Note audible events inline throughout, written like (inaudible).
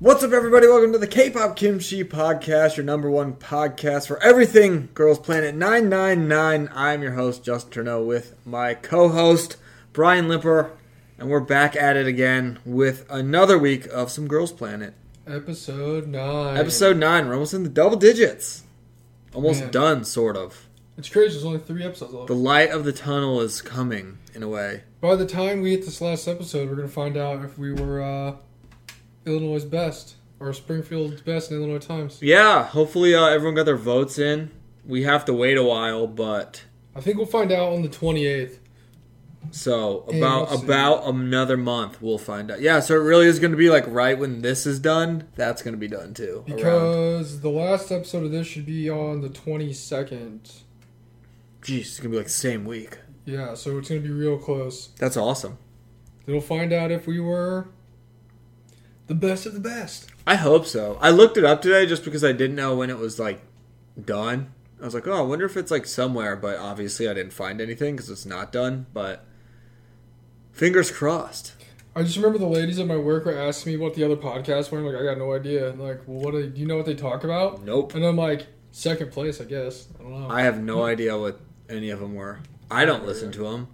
What's up, everybody? Welcome to the K-pop Kimchi Podcast, your number one podcast for everything Girls Planet 999. I'm your host, Justin Turneau, with my co-host, Brian Limper, and we're back at it again with another week of some Girls Planet. Episode 9. Episode 9, we're almost in the double digits. Almost Man. done, sort of. It's crazy, there's only three episodes left. The light of the tunnel is coming, in a way. By the time we hit this last episode, we're going to find out if we were uh, Illinois' best or Springfield's best in Illinois Times. Yeah, hopefully uh, everyone got their votes in. We have to wait a while, but... I think we'll find out on the 28th. So And about we'll see. about another month, we'll find out. Yeah, so it really is going to be like right when this is done. That's going to be done too. around. Because the last episode of this should be on the 22nd. Jeez, it's going to be like the same week. Yeah, so it's going to be real close. That's awesome. Then we'll find out if we were the best of the best. I hope so. I looked it up today just because I didn't know when it was like done. I was like, oh, I wonder if it's like somewhere, but obviously I didn't find anything because it's not done. But fingers crossed. I just remember the ladies at my work were asking me what the other podcasts were. and, like, I got no idea. And like, well, what do do you know what they talk about? Nope. And I'm like, second place, I guess. I don't know. I, I have no idea what any of them were. I don't listen to them.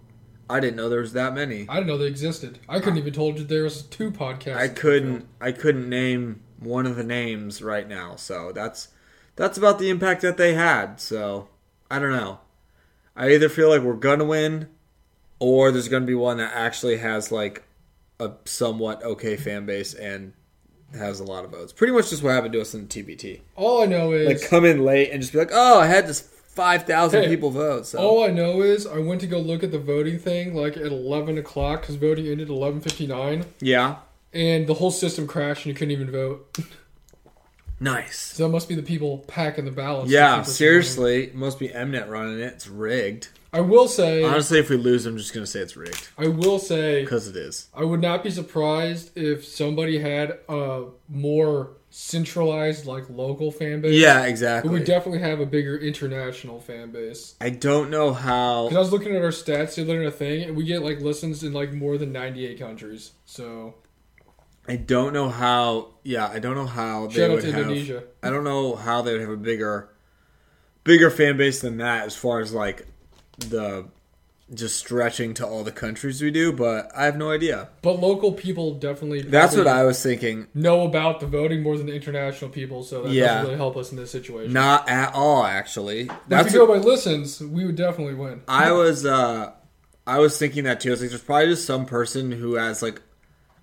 I didn't know there was that many. didn't know they existed. I couldn't even told you there was two podcasts. I couldn't I couldn't name one of the names right now. So that's that's about the impact that they had. So I don't know. I either feel like we're gonna win, or there's gonna be one that actually has like a somewhat okay fan base and has a lot of votes. Pretty much just what happened to us in TBT. All I know Like is, come in late and just be like, oh, I had this five thousand Hey, people vote. So all I know is, I went to go look at the voting thing like at 11 o'clock because voting ended at 11:59, yeah, and the whole system crashed and you couldn't even vote. nice. So that must be the people packing the ballots. to keep Yeah, us from seriously, must be Mnet running it. It's rigged. voting. I will say, Honestly, if we lose, I'm just gonna say it's rigged. I will say, Because it is. I would not be surprised if somebody had a more centralized, like local fan base. Yeah, But we exactly. definitely have a bigger international fan base. I don't know Because I how. was looking at our stats, they're looking at a thing, and we get like listens in like more than 98 countries. So I don't know how. Yeah, I don't know how they shout out would to have. Indonesia. I don't know how they would have a bigger, bigger fan base than that as far as like the just stretching to all the countries we do. But I have no idea. But local people definitely That's what probably I was thinking. know about the voting more than the international people. So that Yeah. doesn't really help us in this situation. Not at all, actually. But That's if you go by listens, we would definitely win. I was uh I was thinking that too. I was like, there's probably just some person who has like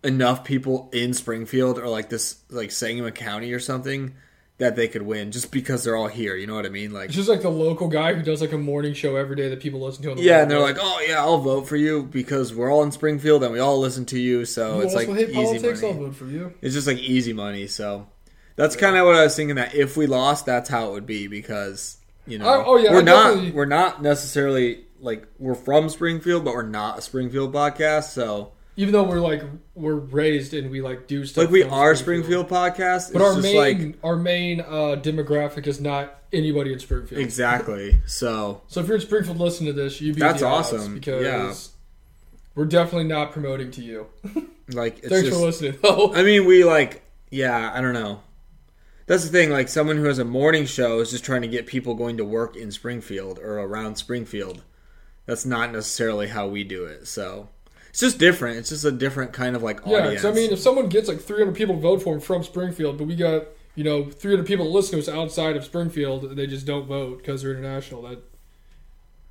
enough people in Springfield or like this like Sangamon County or something that they could win just because they're all here. You know what I mean? Like (laughs) It's just like the local guy who does like a morning show every day that people listen to. On the yeah, and they're radio. like, oh yeah, I'll vote for you because we're all in Springfield and we all listen to you. So "Oh, You it's like also hate easy politics. Oh, money. I'll vote for you. It's just like easy money. So that's kind of what I was thinking. That if we lost, that's how it would be because you know I- oh, yeah, we're I not definitely- we're not necessarily like we're from Springfield, but we're not a Springfield podcast. So Even though we're like we're raised and we like do stuff. like we from are Springfield podcast, But it's our just main, like our main uh, demographic is not anybody in Springfield. exactly. So So if you're in Springfield, listen to this. You beat That's the odds awesome. because Yeah. we're definitely not promoting to you. like it's Thanks just for listening. though. I mean, we like, yeah, I don't know. That's the thing. Like, someone who has a morning show is just trying to get people going to work in Springfield or around Springfield. That's not necessarily how we do it. So it's just different. It's just a different kind of like (laughs) yeah, audience. because I mean, if someone gets like 300 people to vote for him from Springfield, but we got you know 300 people to listen to us outside of Springfield, and they just don't vote because they're international. That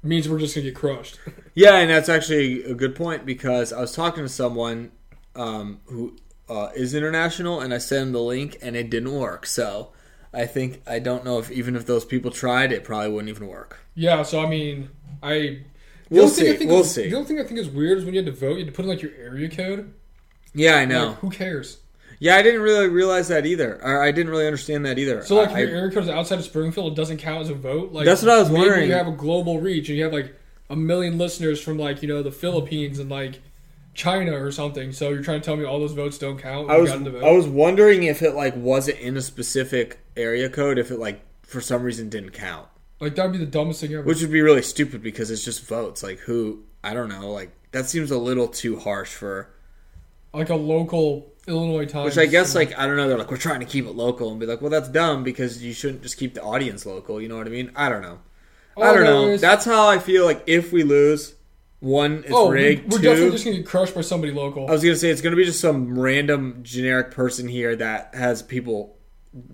means we're just gonna get crushed. (laughs) yeah, and that's actually a good point because I was talking to someone um, who uh, is international, and I sent him the link, and it didn't work. So I think I don't know if even if those people tried, it probably wouldn't even work. yeah, so I mean, I. the We'll only thing I see, think we'll is- see. The only thing I think is weird is when you had to vote, you had to put in like your area code. Yeah, I know. Like, who cares? Yeah, I didn't really realize that either. Or I didn't really understand that either. So like, if I- your area code is outside of Springfield, it doesn't count as a vote. Like That's what I was maybe wondering. You have a global reach, and you have like a million listeners from like you know the Philippines and like China or something. So you're trying to tell me all those votes don't count? I, You was got the vote. I was wondering if it like wasn't in a specific area code, if it like for some reason didn't count, like that'd be the dumbest thing ever. which would be really stupid because it's just votes. Like who I don't know. Like that seems a little too harsh for. like a local Illinois Times. Which I guess, like, I don't know. They're like, we're trying to keep it local, and be like, well, that's dumb because you shouldn't just keep the audience local. You know what I mean? I don't know. I All don't that know. is- That's how I feel. Like, if we lose, one, it's oh, we- rigged. we're Two, definitely just gonna get crushed by somebody local. I was gonna say it's gonna be just some random generic person here that has people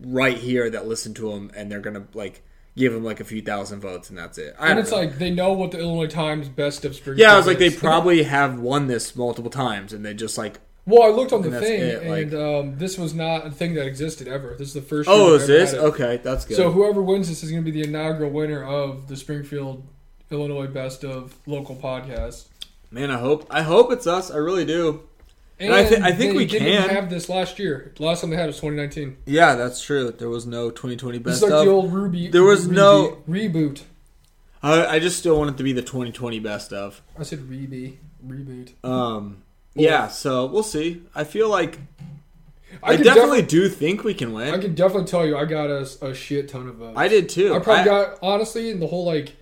right here that listen to him, and they're gonna like give him like a few thousand votes, and that's it. I and don't it's know. like they know what the Illinois Times best of spring. yeah, I was like (laughs) they is. probably have won this multiple times, and they just like Well, I looked on the And that's thing, it, like- and um, this was not a thing that existed ever. This is the first. year oh, we've is ever this had it. okay? That's good. So whoever wins this is going to be the inaugural winner of the Springfield, Illinois Best of Local Podcast. Man, I hope I hope it's us. I really do. And I thi- I think they we didn't can. have this last year. The last time they had was 2019. Yeah, that's true. There was no 2020 This is best like of. the old Ruby. There was Ruby no- reboot. I, I just still want it to be the 2020 best of. I said rebe reboot. Um, yeah, so we'll see. I feel like I, can definitely do think we can I win. can definitely tell you, I got a, a shit ton of votes. I, did too. I probably I- got honestly in the whole like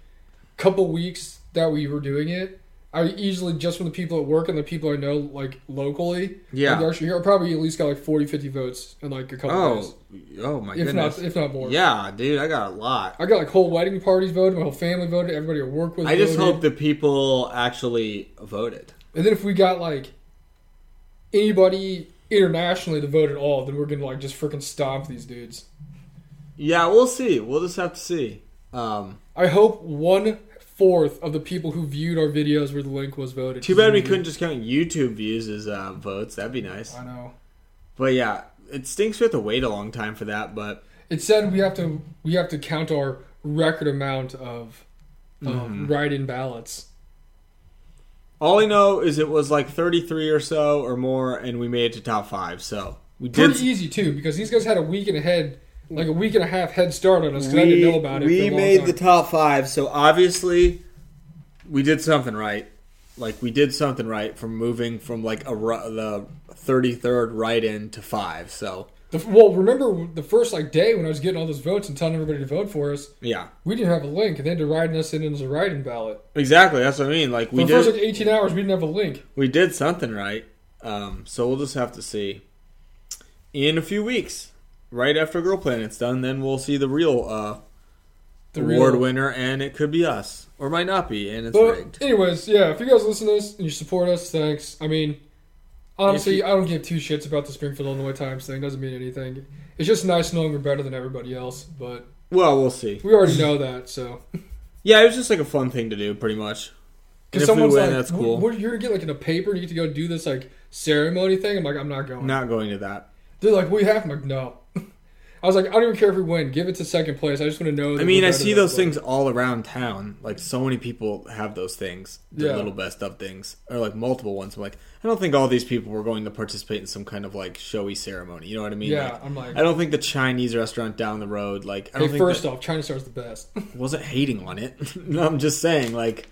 couple weeks that we were doing it. I easily just from the people at work and the people I know like locally. Yeah. like, they're actually here. I probably at least got like 40, 50 votes in like a couple days, Oh, oh my if goodness. not if not more. yeah, dude, I got a lot. I got like whole wedding parties voted, my whole family voted, everybody at work was. I just voted. hope the people actually voted. And then if we got like anybody internationally to vote at all, then we're gonna like just freaking stomp these dudes. Yeah, we'll see. We'll just have to see. Um, I hope one fourth of the people who viewed our videos where the link was voted. too bad we couldn't just count YouTube views as uh, votes. That'd be nice. I know. But yeah, it stinks we have to wait a long time for that. But It said we have to we have to count our record amount of um, Mm-hmm. write-in ballots. All I know is it was like 33 or so or more, and we made it to top five. So we did. Pretty easy too, because these guys had a week and a head, like a week and a half head start on us. Because I we- didn't know about it. we for a long made time. the top five, so obviously we did something right. Like we did something right from moving from like a ru- the 33rd right in to five. So The- well. Remember the first like day when I was getting all those votes and telling everybody to vote for us. yeah, We didn't have a link, and they had to write us in as a write-in ballot. exactly. That's what I mean. Like For we the first did like 18 hours, we didn't have a link. we did something right. Um, so we'll just have to see in a few weeks, right after Girl Planet's done. Then we'll see the real uh, The award real- winner, and it could be us, or might not be, and it's But rigged. anyways, yeah. If you guys listen to this and you support us, thanks. I mean, honestly, I don't give two shits about the Springfield Illinois Times thing. Doesn't mean anything. It's just nice knowing we're better than everybody else. But Well, we'll see. we already know that, so Yeah, it was just like a fun thing to do, pretty much. And because if we someone's win, like, that's "What- cool. what- you're gonna get like in a paper and you get to go do this like ceremony thing." I'm like, I'm not going. Not going to that. They're like, "We have." I'm like, no. (laughs) I was like, I don't even care if we win. Give it to second place. I just want to know. that I mean, we're I better see than those everybody." things all around town. Like, so many people have those things, the Yeah. little best of things, or like multiple ones. I'm like, I don't think all these people were going to participate in some kind of like showy ceremony. You know what I mean? Yeah, Like, I'm like, I don't think the Chinese restaurant down the road, like, I don't hey, think first that- off, China Star's the best. wasn't hating on it. (laughs) No, I'm just saying, like,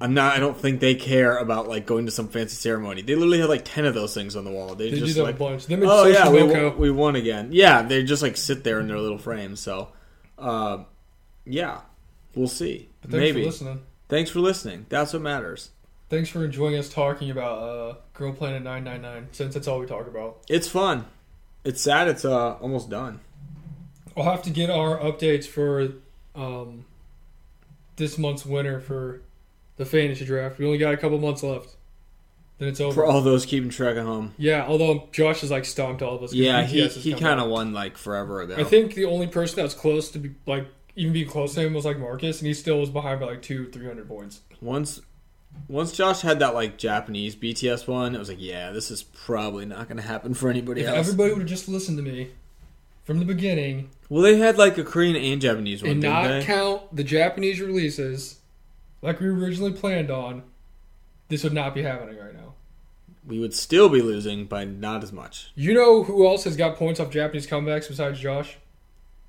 I'm not. I don't think they care about like going to some fancy ceremony. They literally had like ten of those things on the wall. They, (laughs) They do just that like a bunch. Them and Oh Social yeah, we, Moco. won- we won again. Yeah, they just like sit there in their little frames. So, uh, yeah, we'll see. But thanks Maybe. for listening. Thanks for listening. That's what matters. Thanks for enjoying us talking about uh, Girl Planet 999, since that's all we talk about. It's fun. It's sad. It's uh almost done. I'll have to get our updates for um, this month's winner for the fantasy draft. We only got a couple months left. Then it's over. For all those keeping track at home. yeah, although Josh has like stomped all of us. 'cause Yeah, BTS he has he come kind out. of won like forever ago. I think the only person that was close to be like even being close to him was like Marcus, and he still was behind by like two, three hundred points. once once Josh had that like Japanese BTS one, it was like, yeah, this is probably not gonna happen for anybody If else. everybody would have just listened to me from the beginning, well, they had like a Korean and Japanese one, and Oh, didn't not they? count the Japanese releases like we originally planned on, this would not be happening right now. we would still be losing by not as much. You know who else has got points off Japanese comebacks besides Josh?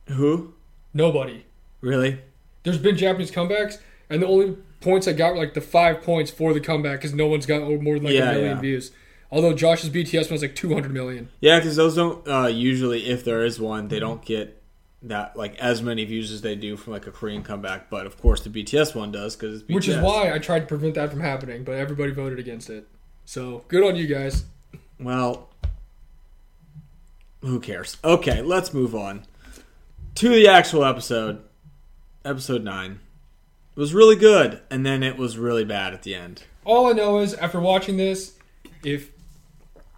Who? Nobody. Really? There's been Japanese comebacks, and the only points I got were like the five points for the comeback because no one's got more than like Yeah, a million yeah. views. Although Josh's BTS one was like 200 million. Yeah, because those don't uh, usually, if there is one, they don't get that like as many views as they do from like a Korean comeback. But of course, the BTS one does because it's BTS. Which is why I tried to prevent that from happening, but everybody voted against it. So good on you guys. Well, Who cares? Okay, let's move on to the actual episode. Episode 9 it was really good, and then it was really bad at the end. All I know is after watching this, if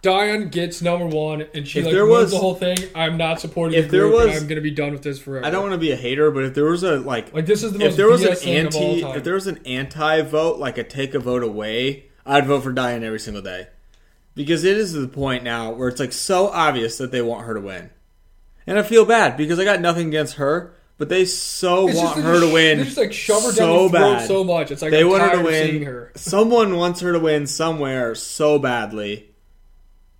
Diane gets number one and she If like there wins was- the whole thing, I'm not supporting If the there group. and was- I'm gonna be done with this forever. I don't want to be a hater, but if there was a like, like this is the most if there was BS an thing of all anti, time. if there was an anti vote, like a take a vote away, I'd vote for Diane every single day, because it is to the point now where it's like so obvious that they want her to win, and I feel bad because I got nothing against her, but they so It's just want they her just- to win. They just like shove her down so the throat bad. so much. It's like they I'm want her to tired of seeing win. her. (laughs) Someone wants her to win somewhere so badly,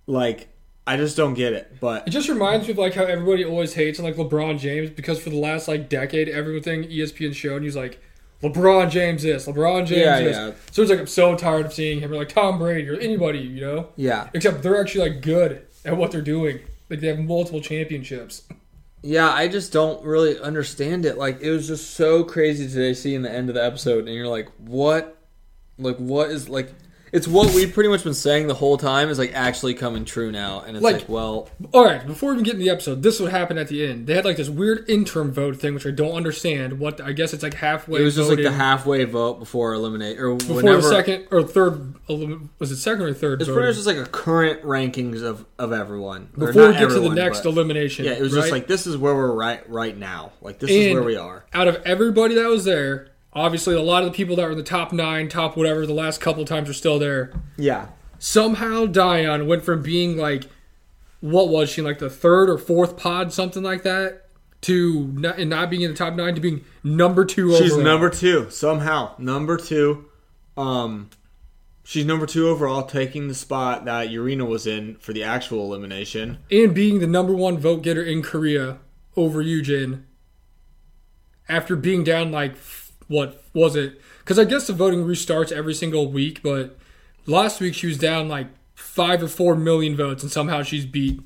like I just don't get it. But It just reminds me of like how everybody always hates on like LeBron James because for the last like decade, E everything ESPN showed, and he's like, LeBron James this, LeBron James Yeah, this. yeah. So it's like I'm so tired of seeing him or like Tom Brady or anybody, you know. yeah, Except they're actually like good at what they're doing. Like they have multiple championships. Yeah, I just don't really understand it. Like it was just so crazy today seeing the end of the episode and you're like, "What? Like what is like it's what we've pretty much been saying the whole time is like actually coming true now." And it's like, Like- "Well, All right, before we even get in the episode, this would happen at the end. They had like this weird interim vote thing, which I don't understand. What I guess it's like halfway. it was just voting like the halfway vote before eliminate or before whenever the second or third. elim- Was it second or third? It's voting? pretty much just like a current rankings of of everyone. Or before not we get everyone, to the next but- elimination. Yeah, it was right? just like this is where we're right right now. Like this is And where we are. out of everybody that was there, obviously a lot of the people that were in the top nine, top whatever, the last couple times are still there. Yeah. Somehow Dion went from being like, what was she like the third or fourth pod, something like that, to not, and not being in the top nine to being number two. She's overall. number two somehow. Number two. Um, she's number two overall, taking the spot that Urena was in for the actual elimination. and being the number one vote getter in Korea over Yujin after being down like f- what was it? Because I guess the voting restarts every single week, but last week she was down like five or four million votes, and somehow she's beat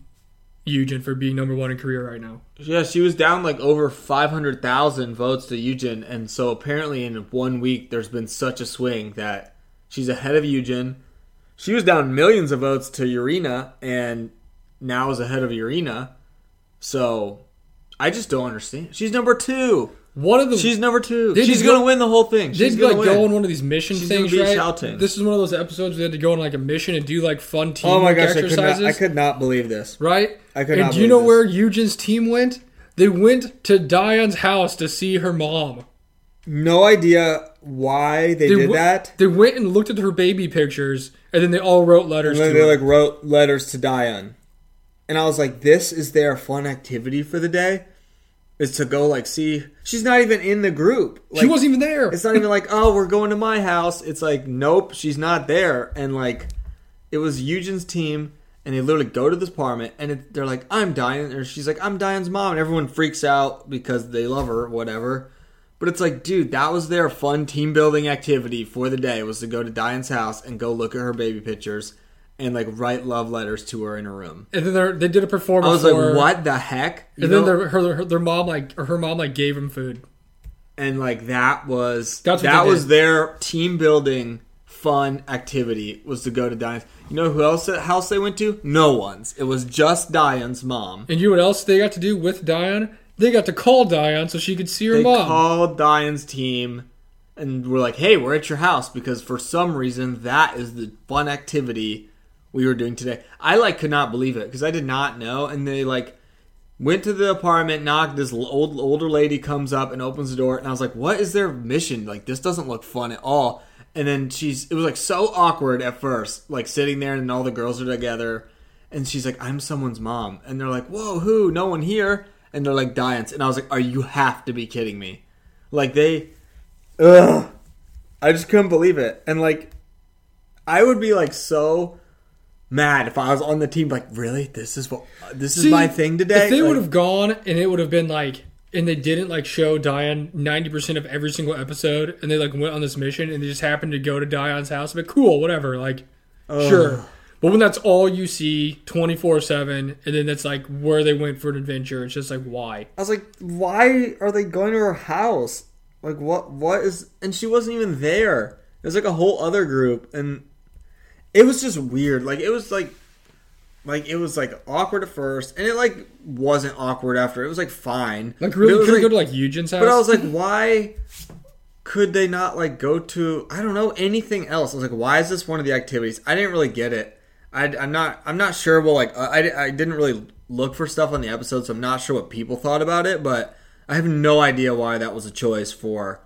Yujin for being number one in Korea right now. Yeah, she was down like over five hundred thousand votes to Eugen, and so apparently in one week there's been such a swing that she's ahead of Eugen. She was down millions of votes to Urena, and now is ahead of Urena. So I just don't understand. She's number two. One of the She's number two. Did she's you go- gonna win the whole thing. Did She's you gonna like win. go on one of these mission She's gonna things, beat right? Shouting. This is one of those episodes where they had to go on like a mission and do like fun team Oh my gosh, I could, exercises. not, I could not believe this. right? I could and not do you believe know this. where Eugen's team went? They went to Diane's house to see her mom. No idea why they, They did w- that. They went and looked at her baby pictures, and then they all wrote letters And then to they her. like wrote letters to Dion. And I was like, this is their fun activity for the day? Is to go like see she's not even in the group. Like, she wasn't even there. it's not even like, oh, we're going to my house. It's like, nope, she's not there. And like it was Eugen's team and they literally go to this apartment and it, they're like, I'm Diane or she's like, I'm Diane's mom and everyone freaks out because they love her, whatever. But it's like, dude, that was their fun team building activity for the day was to go to Diane's house and go look at her baby pictures and like write love letters to her in her room. And then they're- they did a performance. I was for her, like, what the heck? You And then know? their, her, her their mom like or her mom like gave him food. and like that was That's what that they was did. their team building fun activity was to go to Diane's. You know who else house they went to? No one's. It was just Diane's mom. And you know what else they got to do with Diane? They got to call Diane so she could see her They mom. called Diane's team and we're like, "Hey, we're at your house because for some reason that is the fun activity we were doing today." I like could not believe it because I did not know, and they like went to the apartment, knocked. This l- old older lady comes up and opens the door, and I was like, "What is their mission? Like this doesn't look fun at all." And then she's it was like so awkward at first, like sitting there and all the girls are together, and she's like, "I'm someone's mom," and they're like, "Whoa, who? No one here." And they're like Diane's, and I was like, "Are you have to be kidding me?" Like they, ugh, I just couldn't believe it. And like, I would be like so mad if I was on the team. Like, really, this is what this is See, my thing today. If they Like, would have gone and it would have been like, and they didn't like show Dion ninety percent of every single episode, and they like went on this mission and they just happened to go to Dion's house, but cool, whatever, like, sure. But when that's all you see twenty four seven, and then that's like where they went for an adventure, it's just like why? I was like, why are they going to her house? Like, what? What is? And she wasn't even there. It was like a whole other group, and it was just weird. Like, it was like like it was like awkward at first, and it like wasn't awkward after. It was like fine. Like But it really was, could like- go to like Eugen's house. But I was like, why could they not like go to I don't know anything else? I was like, why is this one of the activities? I didn't really get it. I, I'm not I'm not sure. Well, like I, I didn't really look for stuff on the episode, so I'm not sure what people thought about it. But I have no idea why that was a choice for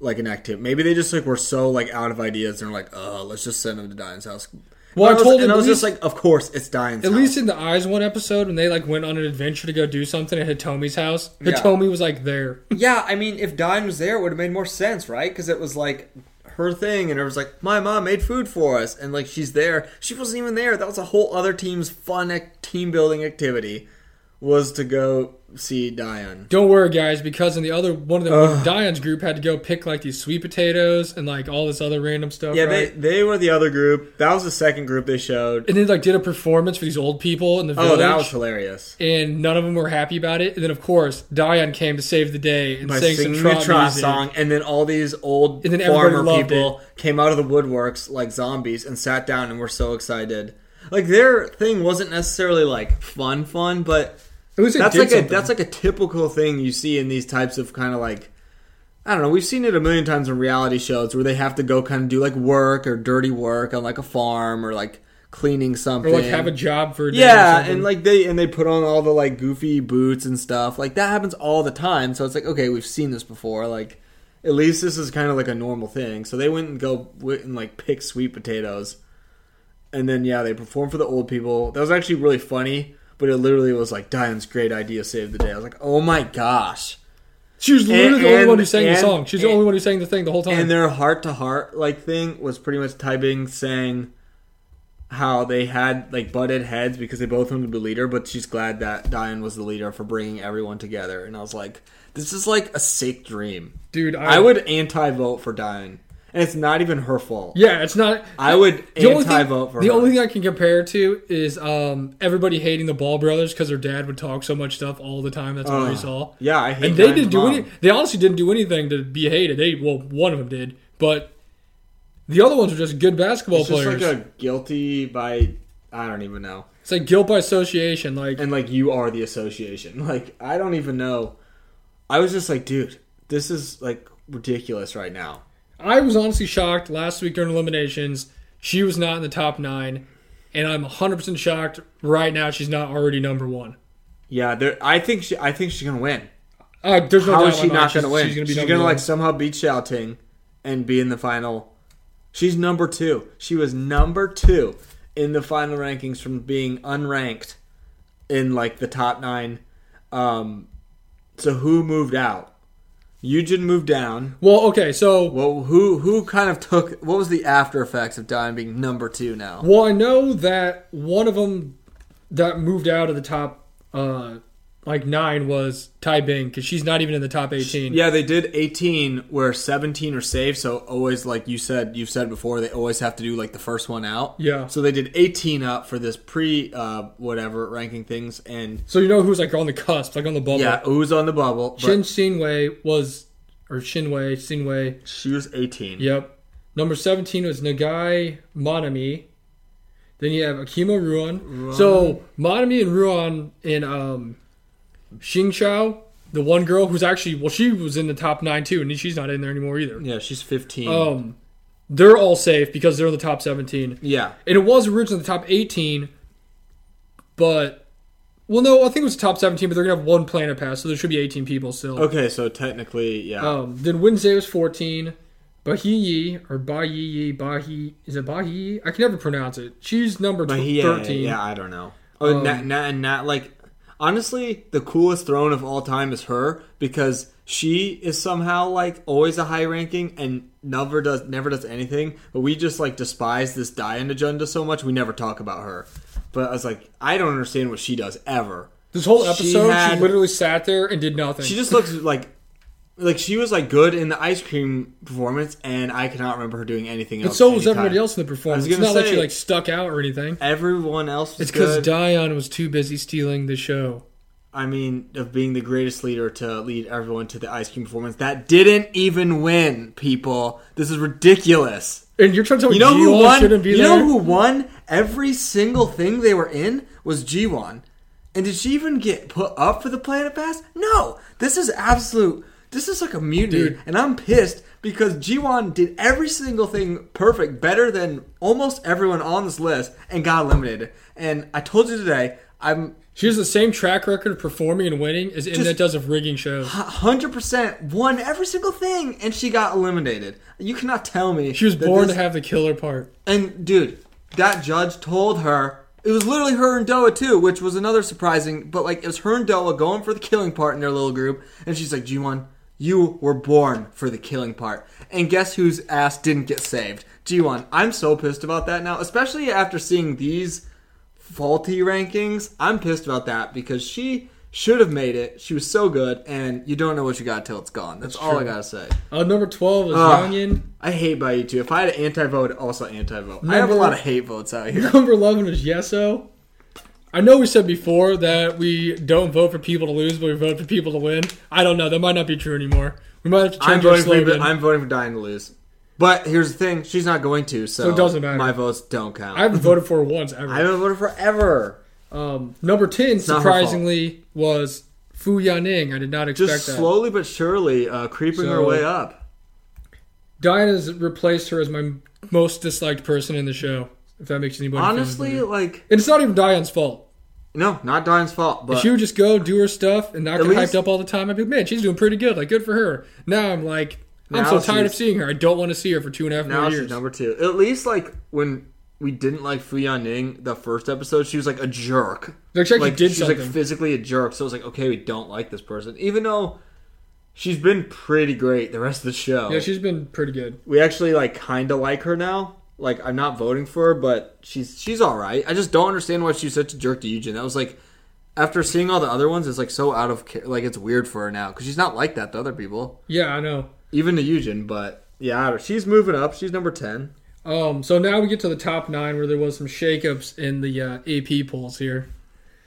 like an activity. Maybe they just like were so like out of ideas and were like, uh, let's just send them to Diane's house. Well, I And was, told him and I at was just least- like, of course, it's Diane's. At house. least in the Eyes one episode, when they like went on an adventure to go do something at Hitomi's house, Yeah. Hitomi was like there. Yeah, I mean, if Dime was there, it would have made more sense, right? Because it was like her thing, and it was like, my mom made food for us, and like she's there. She wasn't even there. That was a whole other team's fun ac- team building activity, was to go see Diane. Don't worry, guys, because in the other one of the Dion's group had to go pick like these sweet potatoes and like all this other random stuff. Yeah, right? they they were the other group. That was the second group they showed. and then like did a performance for these old people in the village. Oh, that was hilarious. and none of them were happy about it. And then of course Dion came to save the day and By sang some singing trot, the trot music. song, and then all these old And then everybody farmer loved people came out of the woodworks like zombies and sat down and were so excited. Like their thing wasn't necessarily like fun, fun, but It was that's did like something. a that's like a typical thing you see in these types of kind of like I don't know. We've seen it a million times in reality shows where they have to go kind of do like work or dirty work on like a farm or like cleaning or something like have a job for a day or yeah, something. and like they and they put on all the like goofy boots and stuff. Like that happens all the time. So it's like okay, we've seen this before. Like at least this is kind of like a normal thing. So they went and go went and like pick sweet potatoes, and then yeah, they performed for the old people. That was actually really funny. But it literally was like Diane's great idea saved the day. I was like, oh my gosh. she was literally and- the only one who and- sang and- the song. She's the and- only one who sang the thing the whole time. And their heart to heart like thing was pretty much Taibing saying how they had like butted heads because they both wanted to be leader, but she's glad that Diane was the leader for bringing everyone together. And I was like, this is like a sick dream. Dude, I, I would anti vote for Diane, and it's not even her fault. Yeah, it's not. I would the only anti thing, vote for the her. only thing I can compare it to is um, everybody hating the Ball brothers because their dad would talk so much stuff all the time. That's what we saw. yeah, I hate. and they Diane's didn't do mom. any. They honestly didn't do anything to be hated. They well, one of them did, but the other ones were just good basketball It's just players. like a guilty by I don't even know. it's like guilt by association. Like and like you are the association. (laughs) Like I don't even know. I was just like, dude, this is like ridiculous right now. I was honestly shocked last week during eliminations. She was not in the top nine, and I'm 100 percent shocked right now. She's not already number one. Yeah, there. I think she. I think she's gonna win. Uh, there's no How doubt is in she my mind not she's- gonna win? She's She's gonna gonna, be number one. like somehow beat Shouting and be in the final. She's number two. She was number two in the final rankings from being unranked in like the top nine. Um, so who moved out? Eugen moved down. Well, okay, so Well, who who kind of took what was the after effects of Diane being number two now? well, I know that one of them that moved out of the top uh like nine was Tai Bing because she's not even in the top 18. Yeah, they did 18 where 17 are saved, so always like you said you've said before they always have to do like the first one out. Yeah. So they did 18 up for this pre uh whatever ranking things and So you know who's like on the cusp, like on the bubble. yeah, who's on the bubble? But Shin Shinwei was or Shinwei Shinwei. she was 18. Yep. Number 17 was Nagai Monami. Then you have Akimo Ruan. So Monami and Ruan and um, Xing Chao, the one girl who's actually, well, she was in the top nine too, and she's not in there anymore either. Yeah, she's 15. Um, they're all safe because they're in the top 17. yeah. And it was originally the top 18, but, well, no, I think it was the top 17, but they're going to have one planet pass, so there should be 18 people still. Okay, so technically, yeah. Um, then Wednesday was 14. Bahiyi or Bahiyi Bahi is it Bahiyi? I can never pronounce it. She's number But tw- he, yeah, thirteen. Um, yeah, I don't know. Oh, and that- that- and that, like, honestly, the coolest throne of all time is her because she is somehow like always a high ranking and never does never does anything. But we just like despise this Diane agenda so much we never talk about her. But I was like, I don't understand what she does ever. This whole She episode, she, had- literally sat there and did nothing. She just looks like. Like she was like good in the ice cream performance, and I cannot remember her doing anything else. but so was anytime. everybody else in the performance. It's gonna not like she say- like stuck out or anything. Everyone else. Was It's because good. Dion was too busy stealing the show. I mean, of being the greatest leader to lead everyone to the ice cream performance that didn't even win. People, this is ridiculous. And you're trying to tell me You know G-Lo who won? shouldn't be You there. know who won? Every single thing they were in was G1. And did she even get put up for the Planet Fest? No. This is absolute. This is like a mutiny, Dude. and I'm pissed because G1 did every single thing perfect, better than almost everyone on this list, and got eliminated. And I told you today, I'm She has the same track record of performing and winning as Just- Internet does of rigging shows. hundred percent won every single thing, and she got eliminated. You cannot tell me She was that born this- to have the killer part. And dude, that judge told her it was literally her and Doa too, which was another surprising. But like it was her and Doa going for the killing part in their little group, and she's like, "G1, you were born for the killing part." And guess whose ass didn't get saved? G1. I'm so pissed about that now, especially after seeing these faulty rankings. I'm pissed about that because she should have made it. She was so good, and you don't know what you got till it's gone. That's, all I true. gotta say. Uh, number 12 is Ugh. Youngin. (laughs) I hate by you too. If I had an anti-vote, I'd also anti-vote. I have a Number- lot of hate votes out (laughs) here. Number 11 is Yeso. I know we said before that we don't vote for people to lose, but we vote for people to win. I don't know. That might not be true anymore. We might have to change I'm our voting, for, slogan. I'm voting for Diane to lose. But here's the thing: she's not going to, so, it doesn't matter. My votes don't count. I haven't voted for her once ever. I haven't voted forever. Um, number not 10, her fault. surprisingly, was Fu Yaning. I did not expect Just that. slowly but surely uh, creeping her So- way up. Diana's replaced her as my most disliked person in the show, if that makes anybody feel Honestly, better. like And it's not even Diane's fault. no, not Diane's fault. But If she would just go do her stuff and not get least- hyped up all the time, I'd be like, man, she's doing pretty good. Like, good for her. Now I'm like, I'm Now so tired of she's- seeing her. I don't want to see her for two and a half now more she's years. number two. At least like when we didn't like Fu Yanning the first episode, she was like a jerk. Like, she actually like did she's something. like physically a jerk. So I was like, okay, we don't like this person, even though she's been pretty great the rest of the show. yeah, she's been pretty good. we actually like kind of like her now. Like I'm not voting for her, but she's she's all right. I just don't understand why she's such a jerk to Eugen. That was like after seeing all the other ones, it's like so out of ca- like it's weird for her now because she's not like that to other people, Yeah, I know. even to Eugen. But yeah, I don't- she's moving up. She's number ten. Um, so now we get to the top nine where there was some shakeups in the uh, AP polls here.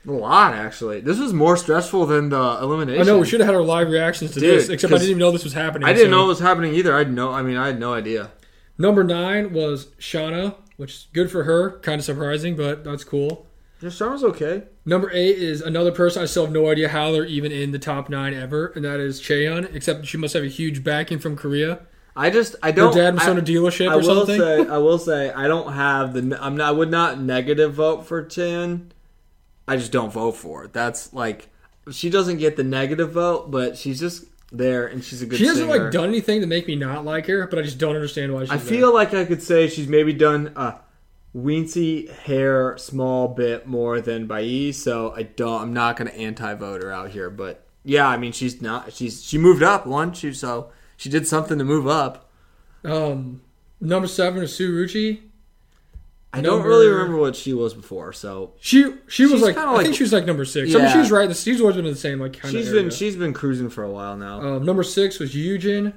A lot actually. This was more stressful than the elimination. I know we should have had our live reactions to Dude, this, except I 'cause didn't even know this was happening. I didn't so- know it was happening either. I had no. I mean, I had no idea. Number nine was Shauna, which is good for her. Kind of surprising, but that's cool. Your sounds okay. Number eight is another person I still have no idea how they're even in the top nine ever, and that is Cheon, except she must have a huge backing from Korea. I just I Her don't. dad was I- on a dealership I or will something. say, I will say, I don't have the. I'm not. I would not negative vote for Chan. I just don't vote for it. That's like she doesn't get the negative vote, but she's just there and she's a good. she hasn't singer. like done anything to make me not like her, but I just don't understand why she's I there. feel like I could say she's maybe done a weensy hair small bit more than Bai, so I don't. I'm not gonna anti-vote her out here, but yeah, I mean she's not. She's she moved up one. She so she did something to move up. Um, number seven is Suruchi. I don't really Number- remember what she was before, so She she was She's like kinda I like- think she was like number six. I mean Yeah. she was right. She's always been in the same like kind She's of. been she's been cruising for a while now. Um, number six was Yujin,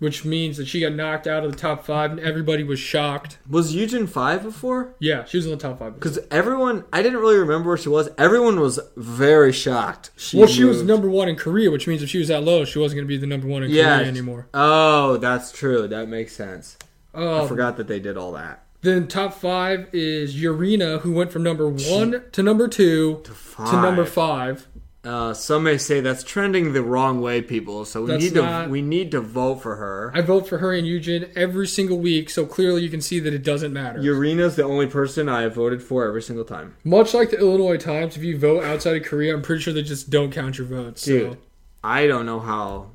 which means that she got knocked out of the top five, and everybody was shocked. Was Eugen five before? Yeah, she was in the top five. Because everyone, I didn't really remember where she was. Everyone was very shocked. She well, she was moved. number one in Korea, which means if she was that low, she wasn't going to be the number one in Yeah. Korea anymore. Oh, that's true. That makes sense. I Um, forgot that they did all that. then top five is Yurina, who went from number one to number two to, Five. number five. Uh, some may say that's trending the wrong way, people. So we That's need to not- we need to vote for her. I vote for her and Yujin every single week, so clearly you can see that it doesn't matter. Urina's the only person I have voted for every single time. Much like the Illinois Times, if you vote outside of Korea, I'm pretty sure they just don't count your votes. Dude, So. I don't know how.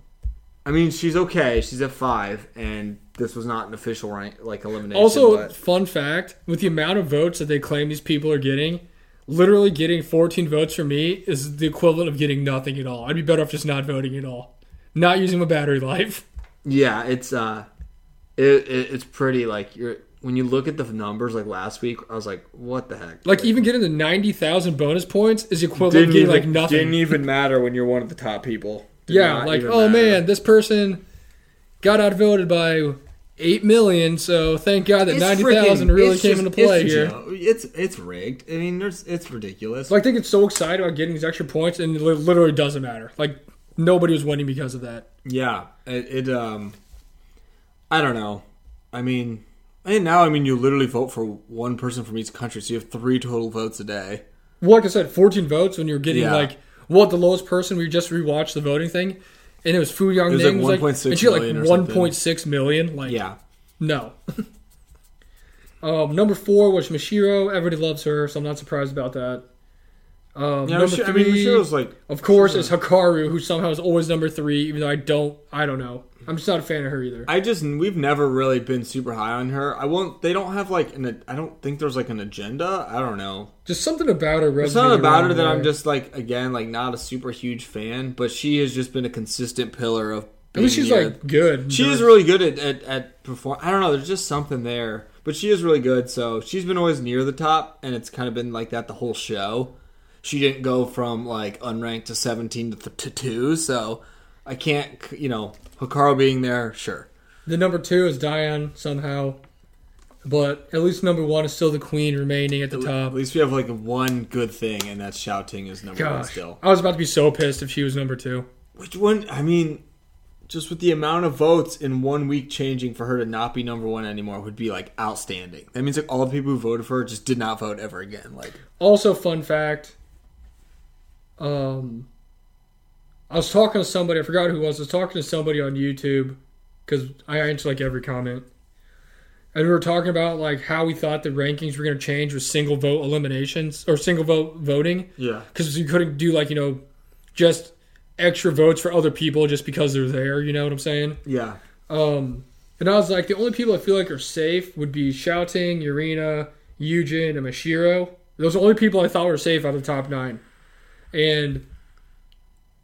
I mean, she's okay. She's at five, and this was not an official rank, like elimination. Also, but- fun fact with the amount of votes that they claim these people are getting, literally getting 14 votes from me is the equivalent of getting nothing at all. I'd be better off just not voting at all, not using my battery life. (laughs) Yeah, it's uh, it, it it's pretty like you're when you look at the numbers like last week, I was like, what the heck? Like, even getting the 90,000 bonus points is equivalent didn't of getting even like nothing. didn't even matter when you're one of the top people. Did yeah, not like, even oh matter. man, this person got outvoted by 8 million, so thank God that It's 90,000 freaking- really it's came just- into play it's here. jo- It's it's rigged. I mean, there's it's ridiculous. So I think it's so excited about getting these extra points, and it li- literally doesn't matter. Like nobody was winning because of that. yeah, it, it um, I don't know. I mean, And now, I mean, you literally vote for one person from each country, so you have three total votes a day. Well, like I said, 14 votes when you're getting Yeah. like what the lowest person. We just rewatched the voting thing, and it was Fu Young. It was, Ming, like, was, 1.6 and she had, like million or one something. point six million. Like Yeah. no. (laughs) um, number four was Mashiro. Everybody loves her, so I'm not surprised about that. Um, Yeah, number Michi- three, I mean, Michiro's like, of course, is Hikaru, who somehow is always number three, even though I don't. I don't know. I'm just not a fan of her either. I just we've never really been super high on her. I won't. They don't have like an. I don't think there's like an agenda. I don't know. just something about her. It's not about her that I'm just like again like not a super huge fan, but she has just been a consistent pillar of. I mean, being she's here. like good. she is really good at at, at perform. I don't know. There's just something there, but she is really good. So she's been always near the top, and it's kind of been like that the whole show. She didn't go from like unranked to 17 to, th- to two, so I can't c- you know Hikaru being there, sure. The number two is Diane somehow, but at least number one is still the queen remaining at the At top. least we have like one good thing, and that's shouting is number one Gosh, still. I was about to be so pissed if she was number two. Which one? I mean, just with the amount of votes in one week changing for her to not be number one anymore would be like outstanding. That means like all the people who voted for her just did not vote ever again. Like, Also, fun fact. Um, I was talking to somebody. I forgot who it was. I was talking to somebody on YouTube because I answer like every comment, and we were talking about like how we thought the rankings were going to change with single vote eliminations or single vote voting. yeah, because you couldn't do like you know just extra votes for other people just because they're there you know what i'm saying yeah, um and i was like the only people i feel like are safe would be shouting Urena, Yujin, and mashiro those are the only people i thought were safe out of the top nine and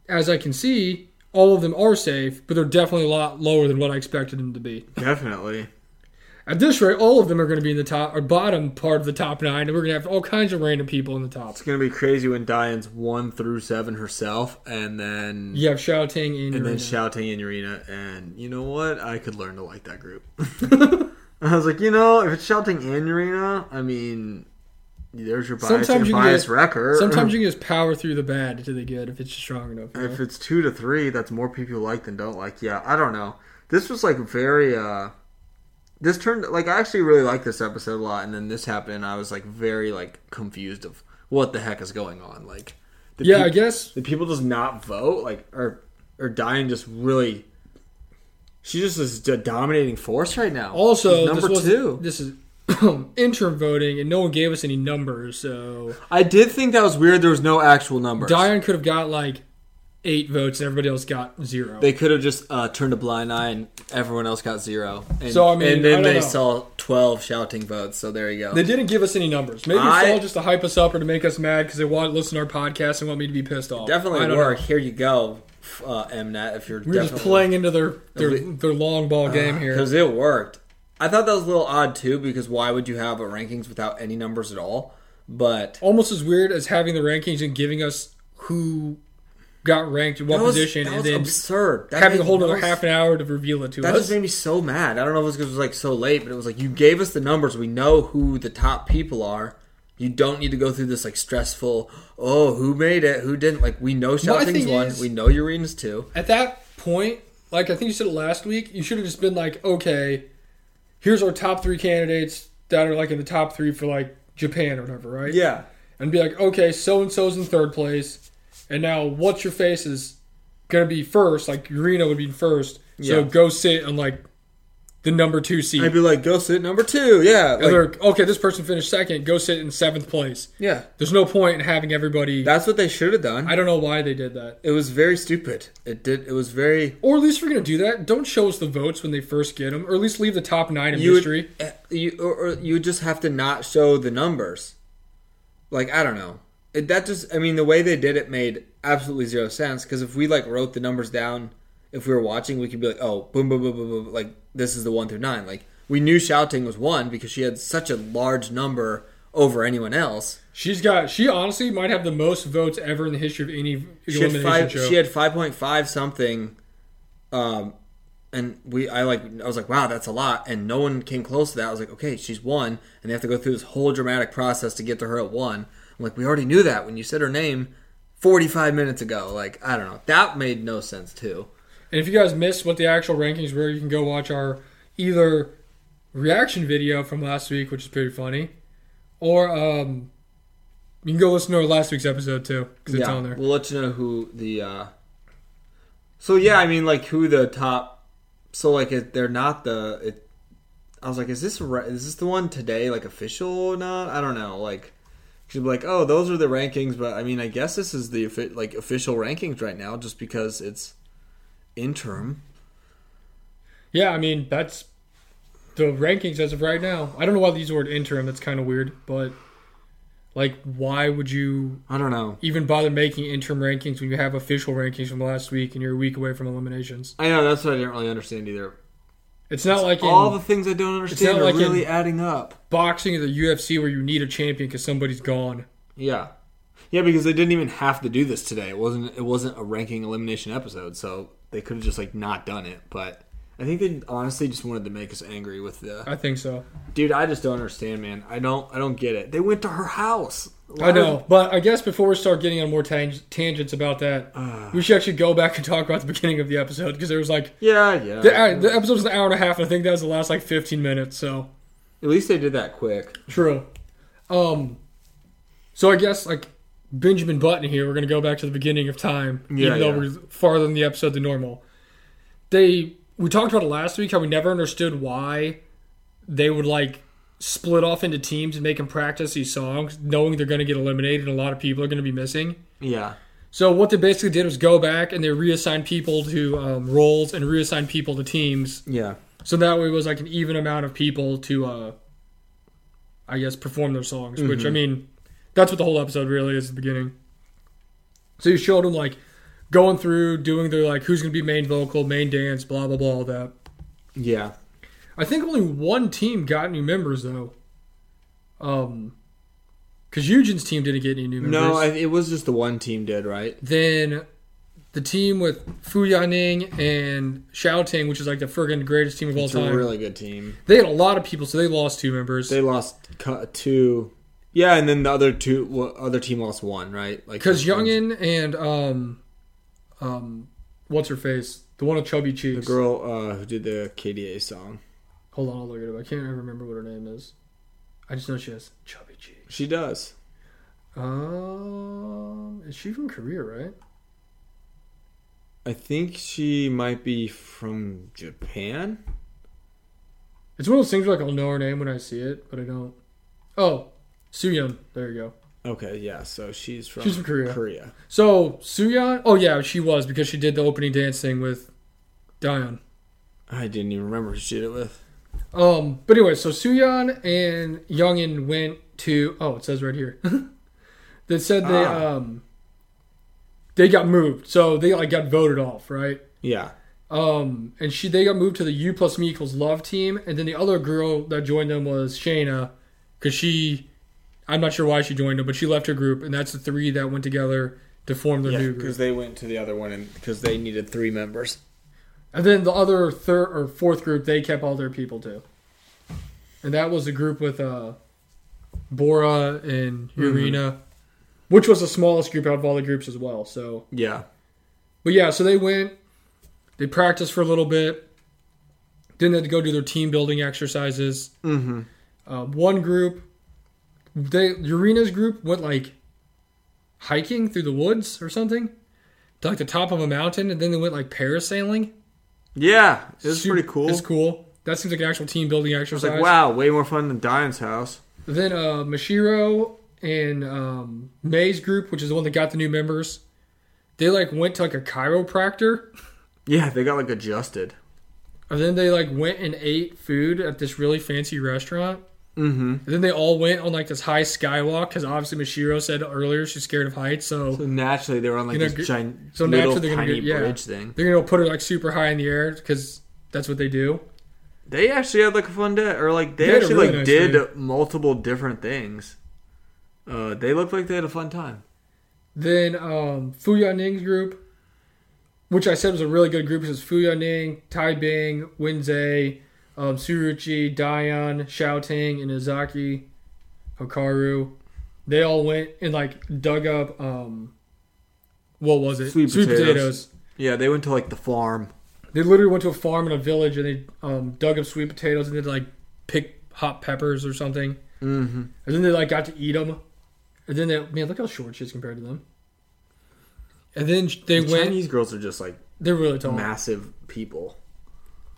as i can see all of them are safe but they're definitely a lot lower than what i expected them to be definitely. at this rate all of them are going to be in the top or bottom part of the top nine and we're going to have all kinds of random people in the top It's gonna be crazy when Diane's one through seven herself, and then you have shouting and, and then Urena. shouting and Urena. And you know what? I could learn to like that (laughs) group. (laughs) I was like, you know, if it's shouting and Urena, I mean, there's your bias, Sometimes your you can bias get- (clears throat) record. Sometimes you can just power through the bad to the good if it's strong enough. you know? If it's two to three, that's more people who like than don't like. Yeah, I don't know. This was like very. uh This turned like I actually really liked this episode a lot, and then this happened, and I was like very like confused of what the heck is going on. Like, the yeah, peop- I guess. the people just not vote, like or or Diane just really. She just is a dominating force right now. Also, She's number this was, two. This is (clears throat) interim voting, and no one gave us any numbers, so I did think that was weird. There was no actual numbers. Diane could have got like eight votes, and everybody else got zero. They could have just uh, turned a blind eye, and everyone else got zero. And, So, I mean, and then I don't they know. saw twelve shouting votes. So there you go. They didn't give us any numbers. Maybe I- it's all just to hype us up or to make us mad because they want to listen to our podcast and want me to be pissed off. I Definitely don't work. know. Here you go, f- uh, Mnet. If you're We're definitely, Uh, just playing into their their, We- their long ball game here. because it worked. I thought that was a little odd too, because why would you have a rankings without any numbers at all? But almost as weird as having the rankings and giving us who got ranked in what that was, position, that and was then absurd. That having a made whole another no half an hour to reveal it to That us. just made me so mad. I don't know if it was because it was like so late, but it was like you gave us the numbers. We know who the top people are. You don't need to go through this like stressful. Oh, who made it? Who didn't? Like we know Shouting's thing one. is- we know Urena's two. At that point, like I think you said it last week, you should have just been like, okay, here's our top three candidates that are like in the top three for like Japan or whatever, right? Yeah, And be like, okay, so and so's in third place, and now what's your face is gonna be first? Like Urena would be first, so Yeah. go sit on like the number two seat. I'd be like, go sit number two. Yeah, like- And they're, okay, this person finished second. Go sit in seventh place. yeah. There's no point in having everybody. That's what they should have done. I don't know why they did that. It was very stupid. It did. It was very. Or at least if you're gonna do that, don't show us the votes when they first get them, or at least leave the top nine in You would- history. eh, you or, or you just have to not show the numbers. Like I don't know. It, that just. I mean, the way they did it made absolutely zero sense. Because if we like wrote the numbers down, if we were watching, we could be like, oh, boom, boom, boom, boom, boom. Like this is the one through nine. Like we knew shouting was one because she had such a large number over anyone else. She's got. She honestly might have the most votes ever in the history of any she had elimination five. show. She had five point five something, um, and we. I like. I was like, wow, that's a lot, and no one came close to that. I was like, okay, she's one, and they have to go through this whole dramatic process to get to her at one. I'm like, we already knew that when you said her name forty five minutes ago. Like, I don't know. That made no sense too. and if you guys missed what the actual rankings were, you can go watch our either reaction video from last week, which is pretty funny. Or um, you can go listen to our last week's episode too, because it's yeah, on there. We'll let you know who the. uh So yeah, I mean, like who the top. So like, if they're not the. It, I was like, is this right? Is this the one today, like official or not? I don't know. Like, she'd be like, oh, those are the rankings, but I mean, I guess this is the offi- like official rankings right now, just because it's interim. Yeah, I mean that's the rankings as of right now. I don't know why these word interim. That's kind of weird, but like, why would you I don't know. even bother making interim rankings when you have official rankings from last week and you're a week away from eliminations? I know that's what I didn't really understand either. It's not like in All the things I don't understand not are like in- really adding up. boxing or the UFC where you need a champion because somebody's gone. Yeah. Yeah, because they didn't even have to do this today. It wasn't it wasn't a ranking elimination episode, so they could have just like not done it, but I think they honestly just wanted to make us angry with the I think so. Dude, I just don't understand, man. I don't I don't get it. They went to her house. I know, but I guess before we start getting on more tang- tangents about that, Ah. we should actually go back and talk about the beginning of the episode because there was like Yeah, yeah. the, uh, the episode was an hour and a half, and I think that was the last like fifteen minutes. So At least they did that quick. true. Um, so I guess like Benjamin Button here, we're gonna go back to the beginning of time, Yeah, even though yeah. we're farther in the episode than normal. They we talked about it last week how we never understood why they would like split off into teams and make them practice these songs, knowing they're gonna get eliminated and a lot of people are gonna be missing. Yeah. So what they basically did was go back and they reassigned people to um, roles and reassign people to teams. Yeah. So that way it was like an even amount of people to, uh, I guess, perform their songs. Which Mm-hmm. I mean, that's what the whole episode really is at the beginning. So you showed them like going through, doing their like who's gonna be main vocal, main dance, blah blah blah, all that. Yeah. I think only one team got new members though. Um, because Eugene's team didn't get any new members. No, I, it was just the one team did, right? um, uh, Um, Oh, Oh, Um, oh, (laughs) um, Um, uh, Uh, Uh, uh, um, um, um, um, um, pick hot peppers or something, Mm-hmm. and then they like got to eat them, and then they man look how short she is compared to them, and then sh- they The went Chinese girls are just like they're really tall, massive people.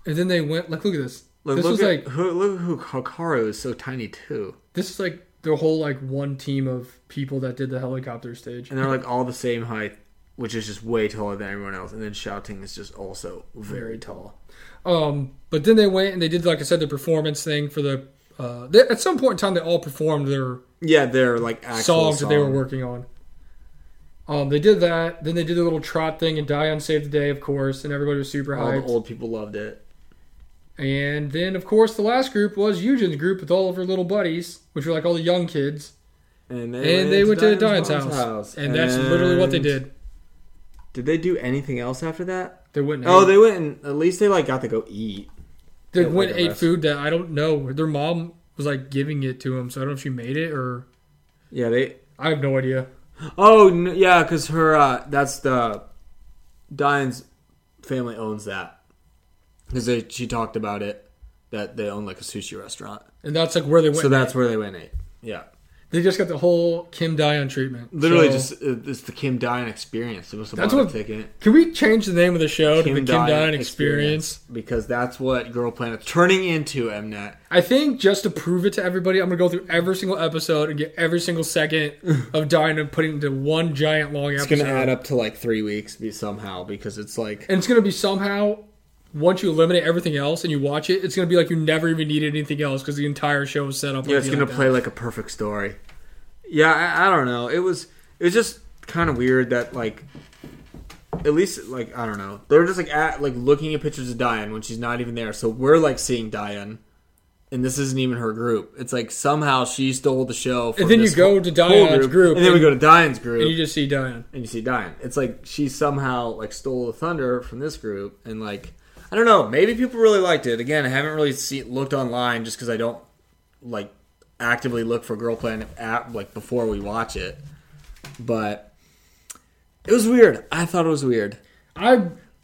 and then they went like look at this Like, this look was at like who, look who Kokoro is so tiny too, this is like their whole like one team of people that did the helicopter stage. and they're like all the same height, which is just way taller than everyone else. And then Shouting is just also very tall. Um, but then they went and they did, like I said, the performance thing for the. Uh, they, at some point in time, they all performed their Yeah, they're like actual songs that they were song. working on. Um, they did that. Then they did a little trot thing, and Dion saved the day, of course, and everybody was super All the hyped. old people loved it. and then, of course, the last group was Eugen's group with all of her little buddies, which were like all the young kids, And and they went to Dion's Dion's mom's house, and that's literally what they And did. Did they do anything else after that? They went. and Oh, ate- they went and at least they like got to go eat. They Yeah, like went the and ate rest. food that I don't know. Their mom was like giving it to them, so I don't know if she made it or Yeah, they. I have no idea. Oh n- yeah, because her uh, that's the Diane's family owns that because they she talked about it that they own like a sushi restaurant, And that's like where they went. so that's where they went and ate. Yeah, they just got the whole Kim Dion treatment. literally So- just uh, it's the Kim Diane experience. It was the That's bottom what- ticket. Can we change the name of the show to the Kim Diane Dion Experience? because that's what Girl Planet's turning into. Mnet. I think just to prove it to everybody, I'm gonna go through every single episode and get every (sighs) single second of Dion and put it into one giant long It's episode. gonna add up to like three weeks be somehow because it's like and it's gonna be somehow once you eliminate everything else and you watch it, it's gonna be like you never even needed anything else because the entire show was set up. Yeah, it's like gonna that. play like a perfect story. Yeah, I, I don't know. It was it was just kind of weird that like at least like I don't know they were just like at like looking at pictures of Diane when she's not even there. So we're like seeing Diane, and this isn't even her group. It's like somehow she stole the show. From And then you this go whole- to whole Diane's group, and then we and- go to Diane's group, and and you you, just see Dion. see Diane. It's like she somehow like stole the thunder from this group, and like I don't know. Maybe people really liked it. Again, I haven't really see, looked online just because I don't like actively look for Girl Planet app like before we watch it. But it was weird. I thought it was weird. I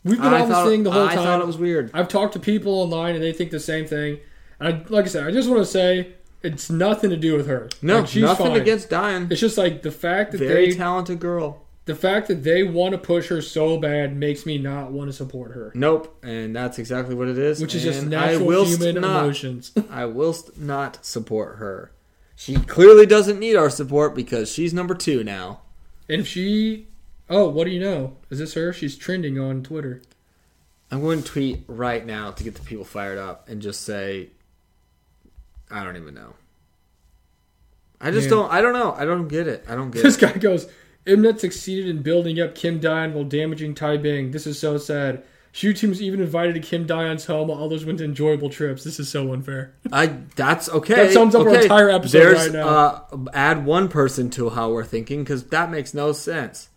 we've been I on this thought- thing the whole I time. thought it was weird. I've talked to people online and they think the same thing. And I, like I said, I just want to say it's nothing to do with her. No, Like, she's nothing fine. against Diane. It's just like the fact that Very they talented girl. the fact that they want to push her so bad makes me not want to support her, Nope, and that's exactly what it is. which is just and natural whilst human not- emotions. (laughs) I willst not support her. She clearly doesn't need our support because she's number two now. and if she, oh, what do you know? Is this her? She's trending on Twitter. I'm going to tweet right now to get the people fired up and just say, I don't even know. I just Yeah. don't. I don't know. I don't get it. I don't get (laughs) This it. guy goes, Mnet succeeded in building up Kim Dion while damaging Tai Bing. This is so sad. Shoe team was even invited to Kim Dion's home while others went to enjoyable trips. This is so unfair. (laughs) I that's okay. That sums up our okay. entire episode There's, right now. Uh, add one person to how we're thinking because that makes no sense.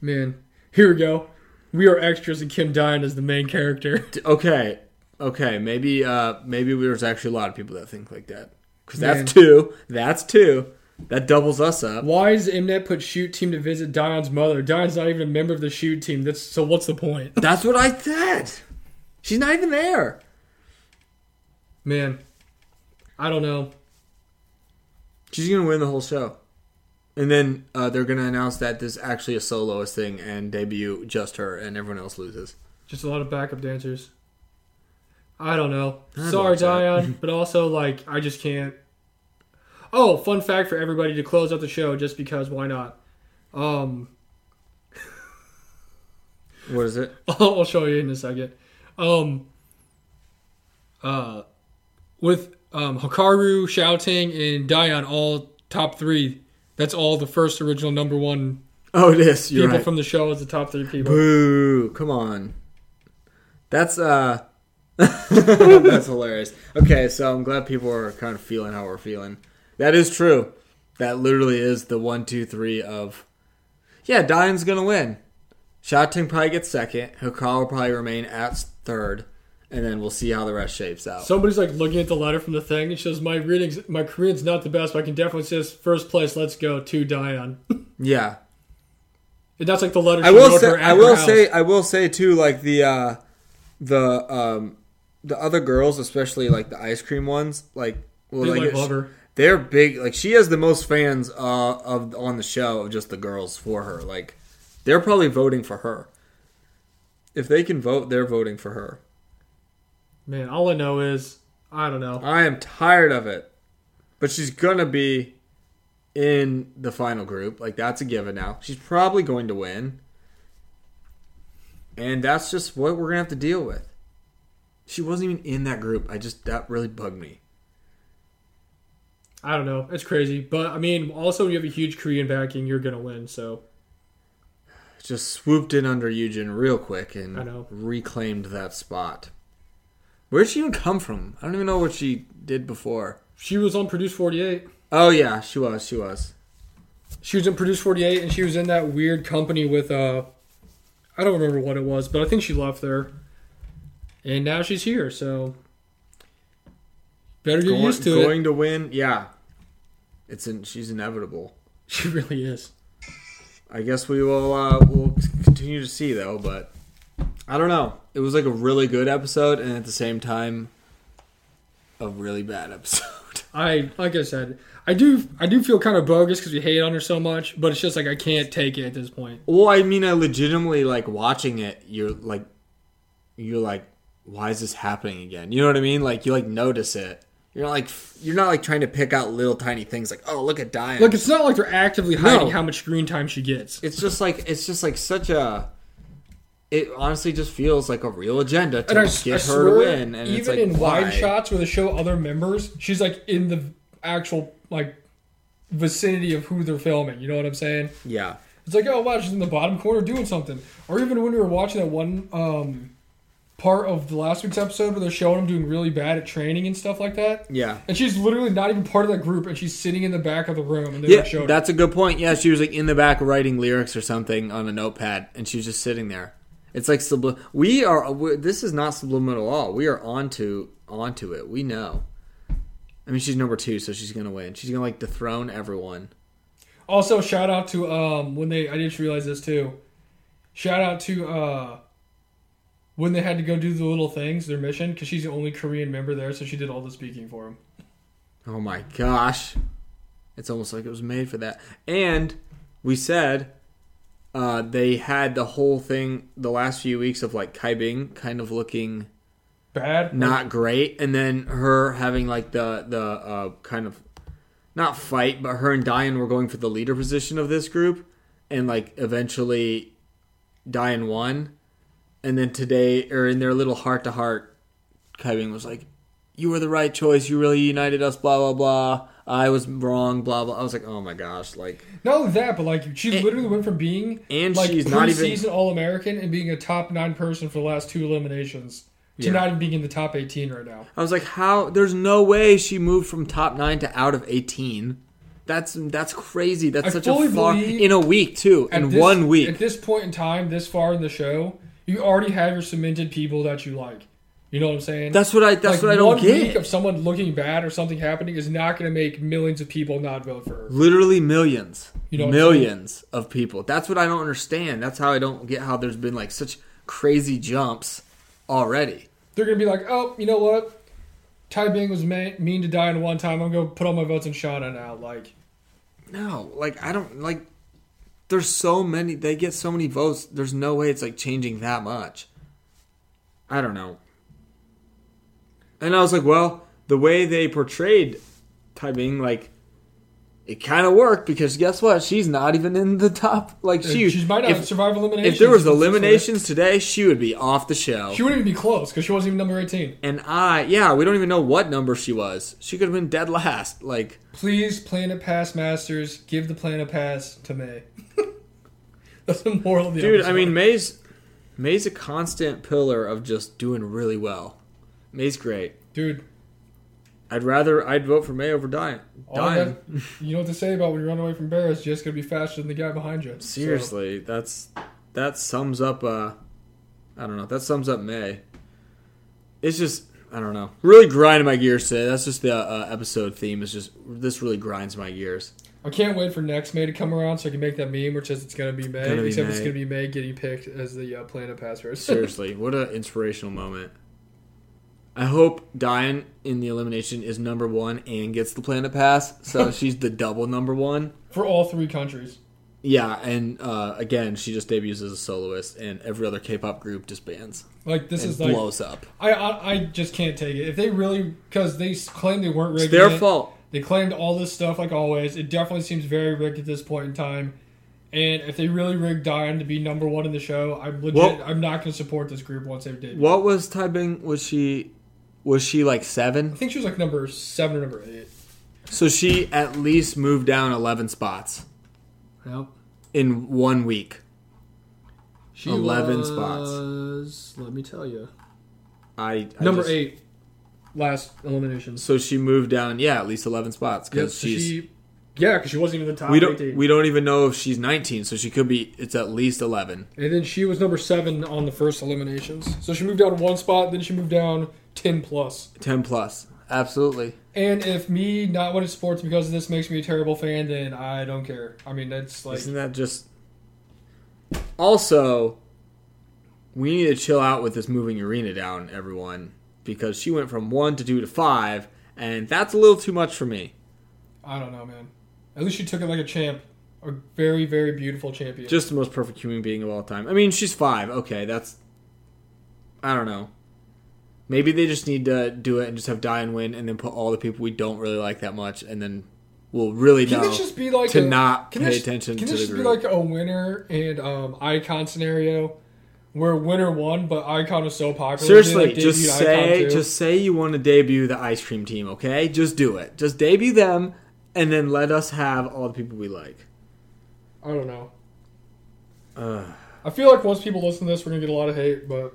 Man, here we go. We are extras and Kim Dion is the main character. (laughs) D- Okay, okay. Maybe uh maybe there's actually a lot of people that think like that because that's Man. two. That's two. That doubles us up. Why does Mnet put shoot team to visit Dion's mother? Dion's not even a member of the shoot team. That's so. What's the point, That's what I said. She's not even there. man? I don't know. She's gonna win the whole show, and then uh, they're gonna announce that this is actually a soloist thing and debut just her, and everyone else loses. Just a lot of backup dancers. I don't know. I'd Sorry, watch that. Dion, but also like I just can't. Oh, fun fact for everybody to close out the show, just because why not? Um, What is it? (laughs) I'll show you in a second. Um, uh, with um, Hikaru, Shouting, and Dion all top three. That's all the first original number one Oh, it is. You're people right. from the show as the top three people. Boo! Come on. That's uh. (laughs) That's hilarious. Okay, so I'm glad people are kind of feeling how we're feeling. That is true. That literally is the one, two, three of. Yeah, Diane's gonna win. Shouting probably gets second. Hikaru will probably remain at third, and then we'll see how the rest shapes out. Somebody's like looking at the letter from the thing and says, "My readings, my Korean's not the best, but I can definitely say this first place. Let's go to (laughs) Dion." yeah, and that's like the letter. She I will wrote say, her at I her will house. say, I will say too, like the uh, the um, the other girls, especially like the ice cream ones, like well, They like, like love her. they're big. Like she has the most fans uh, of on the show of just the girls for her. Like they're probably voting for her. If they can vote, they're voting for her. Man, all I know is I don't know. I am tired of it. But she's gonna be in the final group. Like that's a given now. She's probably going to win. And that's just what we're gonna have to deal with. She wasn't even in that group. I just that really bugged me. I don't know. It's crazy, but I mean, also when you have a huge Korean backing, you're gonna win. So Just swooped in under Eugen real quick I and know. reclaimed that spot. Where'd she even come from? I don't even know what she did before. she was on Produce 48. Oh yeah, she was, she was. She was in Produce 48 and she was in that weird company with uh I don't remember what it was, but I think she left there. And now she's here, so better get Going, used to it. going to win, yeah. It's in, she's inevitable. (laughs) She really is. I guess we will uh, we'll continue to see though, but I don't know. It was like a really good episode, and at the same time, a really bad (laughs) episode. I like I said, I do I do feel kind of bogus because we hate on her so much, but it's just like I can't take it at this point. well, I mean, I legitimately like watching it. You're like, you're like, why is this happening again? You know what I mean? Like you like notice it. You're not like f- you're not like trying to pick out little tiny things like oh look at Diane. Look, it's not like they're actively hiding No. how much screen time she gets. it's just like it's just like such a. It honestly just feels like a real agenda to And I, get I her swear, to win. And even it's like, in why? wide shots where they show other members, she's like in the actual like vicinity of who they're filming. You know what I'm saying? yeah. It's like, oh wow, she's in the bottom corner doing something. Or even when we were watching that one um, part of the last week's episode where they're showing them doing really bad at training and stuff like that. Yeah. And she's literally not even part of that group, and she's sitting in the back of the room, and they Yeah, yeah, showed her. that's a good point. Yeah, she was like in the back writing lyrics or something on a notepad, and she was just sitting there. It's like sublim. We are. we this is not subliminal at all. We are onto onto it. We know. I mean, she's number two, so she's gonna win. She's gonna like dethrone everyone. Also, shout out to um, when they I didn't realize this too. Shout out to uh, when they had to go do the little things, their mission, because she's the only Korean member there, so she did all the speaking for them. Oh my gosh, it's almost like it was made for that. And we said uh, they had the whole thing the last few weeks of like Kai Bing kind of looking Bad. not great and then her having like the the uh, kind of not fight but her and diane were going for the leader position of this group and like eventually diane won and then today or in their little heart to heart Kevin was like you were the right choice you really united us blah blah blah i was wrong blah blah i was like oh my gosh like Not only that, but like she And- literally went from being and like she's not even- preseason All American and being a top nine person for the last two eliminations to Yeah. not even being in the top eighteen right now. i was like how there's no way she moved from top 9 to out of 18 that's that's crazy that's I such a fully far believe- in a week too At in this- one week at this point in time, this far in the show, you already have your cemented people that you like. You know what I'm saying? That's what I. That's like, what I don't one week get. of someone looking bad or something happening is not going to make millions of people not vote for her. Literally millions, You know what I'm millions of people. That's what I don't understand. That's how I don't get how there's been like such crazy jumps already. They're going to be like, oh, you know what? Ty Bing was ma- mean to die in one time. I'm going to put all my votes on Shauna now. Like, No, like I don't like. There's so many. They get so many votes. There's no way it's like changing that much. I don't know. And I was like, well, the way they portrayed Ty Bing, like, it kind of worked because guess what? She's not even in the top. Like, she, she Uh, might not if- survive elimination. If there was eliminations today, she would be off the show. She wouldn't even be close because she wasn't even number 18. and I, yeah, we don't even know what number she was. She could have been dead last. Like, Please, Planet Pass Masters, give the Planet Pass to May. (laughs) That's the moral of the dude, episode. I mean, May's May's a constant pillar of just doing really well. May's great. dude, I'd rather I'd vote for May over Diane. all I Diane, have- you know what to say about when you run away from bears? You're just going to be faster than the guy behind you. So, seriously, that's that sums up. Uh, I don't know. That sums up May. It's just I don't know. Really grinding my gears today. That's just the uh, episode theme. Is just this really grinds my gears. I can't wait for next May to come around so I can make that meme, which says it's gonna be May, gonna be except it's May. gonna be May (laughs) getting picked as the uh, Planet Pass person. Seriously, what an inspirational moment. I hope Diane in the elimination is number one and gets the planet pass, so she's the double number one. for all three countries. Yeah, and uh, again, she just debuts as a soloist, and every other K-pop group disbands Like this and is like blows up. I, I I just can't take it. If they really because they s- claim they weren't rigging It's their it, fault. They claimed all this stuff like always. It definitely seems very rigged at this point in time. And if they really rigged Diane to be number one in the show, I'm legit. Well- I'm not going to support this group once they did. What was Tai Bing? Was she was she like seven? I think she was like number seven or number eight. So she at least moved down eleven spots Yep. in one week. She 11 spots. was- Let me tell you, I, I number just- eight, last eliminations. So she moved down, yeah, at least eleven spots Yep, because so she's. she, yeah, because she wasn't even the top we don't. 18. We don't even know if she's 19, so she could be. It's at least 11. And then she was number seven on the first eliminations. So she moved down one spot, then she moved down 10 plus. 10 plus. Absolutely. And if me not wanting sports because of this makes me a terrible fan, then I don't care. I mean, that's like. Isn't that just? Also, we need to chill out with this moving arena down, everyone, because she went from one to two to five, and that's a little too much for me. I don't know, man. At least she took it like a champ. A very, very beautiful champion. Just the most perfect human being of all time. I mean, she's five. Okay, that's. I don't know. Maybe they just need to do it and just have Diane win, and then put all the people we don't really like that much, and then we'll really can know. this just be like to a- not can pay this- attention Can to this the just group. be like a winner and um, icon scenario, where winner won, but icon is so popular. they, Seriously, like, just debuted Icon say too? just say you want to debut the ice cream team, okay? Just do it. Just debut them and then let us have all the people we like. I don't know. Ugh. I feel like once people listen to this, we're gonna get a lot of hate, but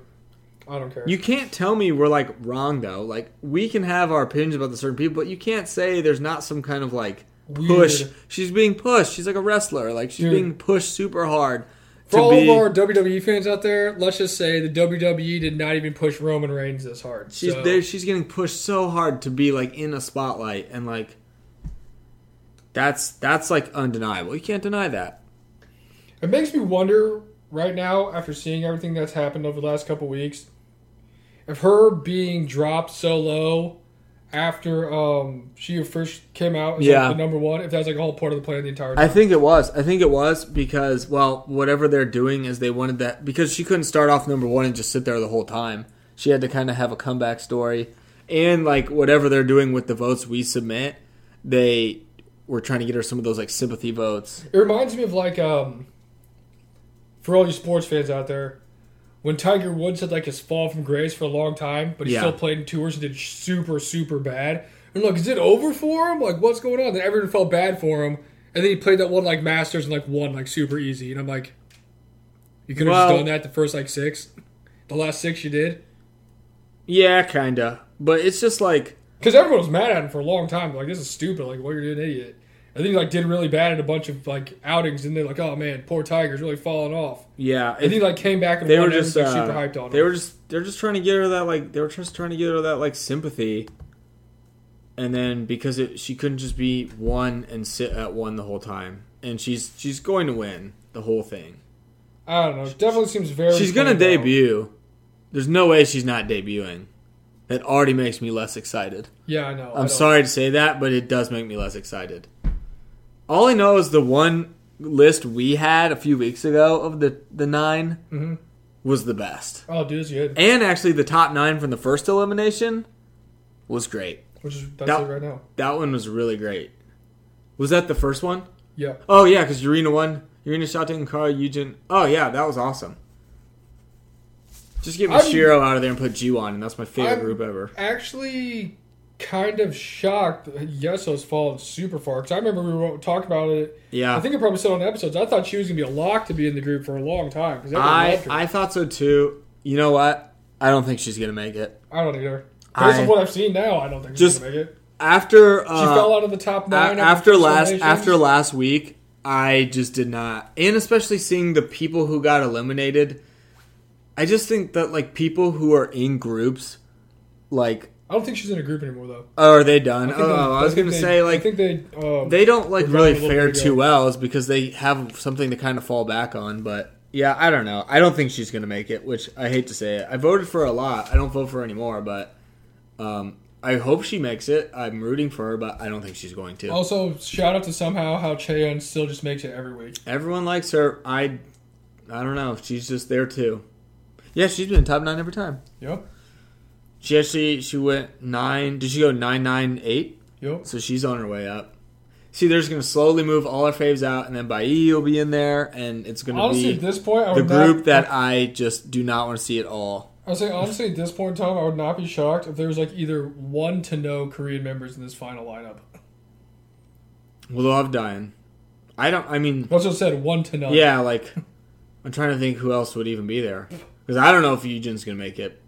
I don't care. You can't tell me we're like wrong though. Like we can have our opinions about the certain people, but you can't say there's not some kind of like push. Weird. She's being pushed. She's like a wrestler. Like she's Dude. being pushed super hard. For to all be, of our WWE fans out there, let's just say the WWE E did not even push Roman Reigns this hard. she's so- there. She's getting pushed so hard to be like in a spotlight and like. That's that's like undeniable. You can't deny that. It makes me wonder right now, after seeing everything that's happened over the last couple weeks, if her being dropped so low after um, she first came out as like, Yeah. the number one, if that was like all part of the plan the entire time. I think it was. I think it was because well, whatever they're doing is they wanted that because she couldn't start off number one and just sit there the whole time. She had to kind of have a comeback story, and like whatever they're doing with the votes we submit, they were trying to get her some of those like sympathy votes. It reminds me of like um, for all you sports fans out there, when Tiger Woods had like his fall from grace for a long time, but he Yeah. still played in tours and did super super bad. And like, is it over for him? Like, what's going on? Then everyone felt bad for him, and then he played that one like Masters and like won like super easy. And I'm like, you could have Well- just done that the first like six, the last six you did, Yeah, kinda. But it's just like because everyone was mad at him for a long time. Like, this is stupid. Like, what you're doing, idiot. And then he like did really bad in a bunch of like outings, and they're like, oh man, poor Tiger's really falling off. yeah, And it- he like came back and they won were and just was, uh, like, super hyped on They him. were just they're just trying to get her that like they were just trying to get her that like sympathy, and then because it, she couldn't just be one and sit at one the whole time, and she's she's going to win the whole thing. I don't know. It definitely seems very. She's gonna planned out. debut. There's no way she's not debuting. That already makes me less excited. Yeah, I know. I I'm don't- sorry to say that, but it does make me less excited. All I know is the one list we had a few weeks ago of the the 9 Mhm. was the best. Oh, dude, it's good. And actually, the top nine from the first elimination was great. Which is that's That- it right now. That one was really great. Was that the first one? Yeah. Oh yeah, because Urena won. Urena Shouting and Kara Eugen. Oh yeah, that was awesome. Just get I'm- Mashiro out of there and put G1, and that's my favorite I'm- group ever. Actually, kind of shocked. that Yeso's fallen super far because I remember we were talking about it. Yeah, I think I probably said on episodes. I thought she was gonna be a lock to be in the group for a long time. 'cause everyone I loved her. I thought so too. You know what? I don't think she's gonna make it. I don't either. Based I- on what I've seen now, I don't think she's Just- gonna make it. After uh, She fell out of the top A- nine after the last eliminations. after last week, I just did not, and especially seeing the people who got eliminated, I just think that like people who are in groups, like I don't think she's in a group anymore though. oh, are they done? I think oh, they- I was think gonna they- say I like think they um, they don't like We're really running a little fare bit too ago. well is because they have something to kind of fall back on, but. Yeah, I don't know. I don't think she's gonna make it, which I hate to say it. I voted for her a lot. I don't vote for her anymore, but Um, I hope she makes it. I'm rooting for her, but I don't think she's going to. Also, shout out to somehow how Cheyenne still just makes it every week. Everyone likes her. I, I don't know. She's just there too. Yeah, she's been top nine every time. Yep. She actually she went nine. Did she go nine nine eight? Yep. So she's on her way up. See, they're just gonna slowly move all our faves out, and then Bailly will be in there, and it's gonna Honestly, at be this point, I the would group not, that I just do not want to see at all. I would say honestly at this point in time, I would not be shocked if there was like either one to no Korean members in this final lineup. Well, they'll have Diane. I don't. I mean, Also said one to none. yeah, like I'm trying to think who else would even be there because I don't know if Eugen's gonna make it.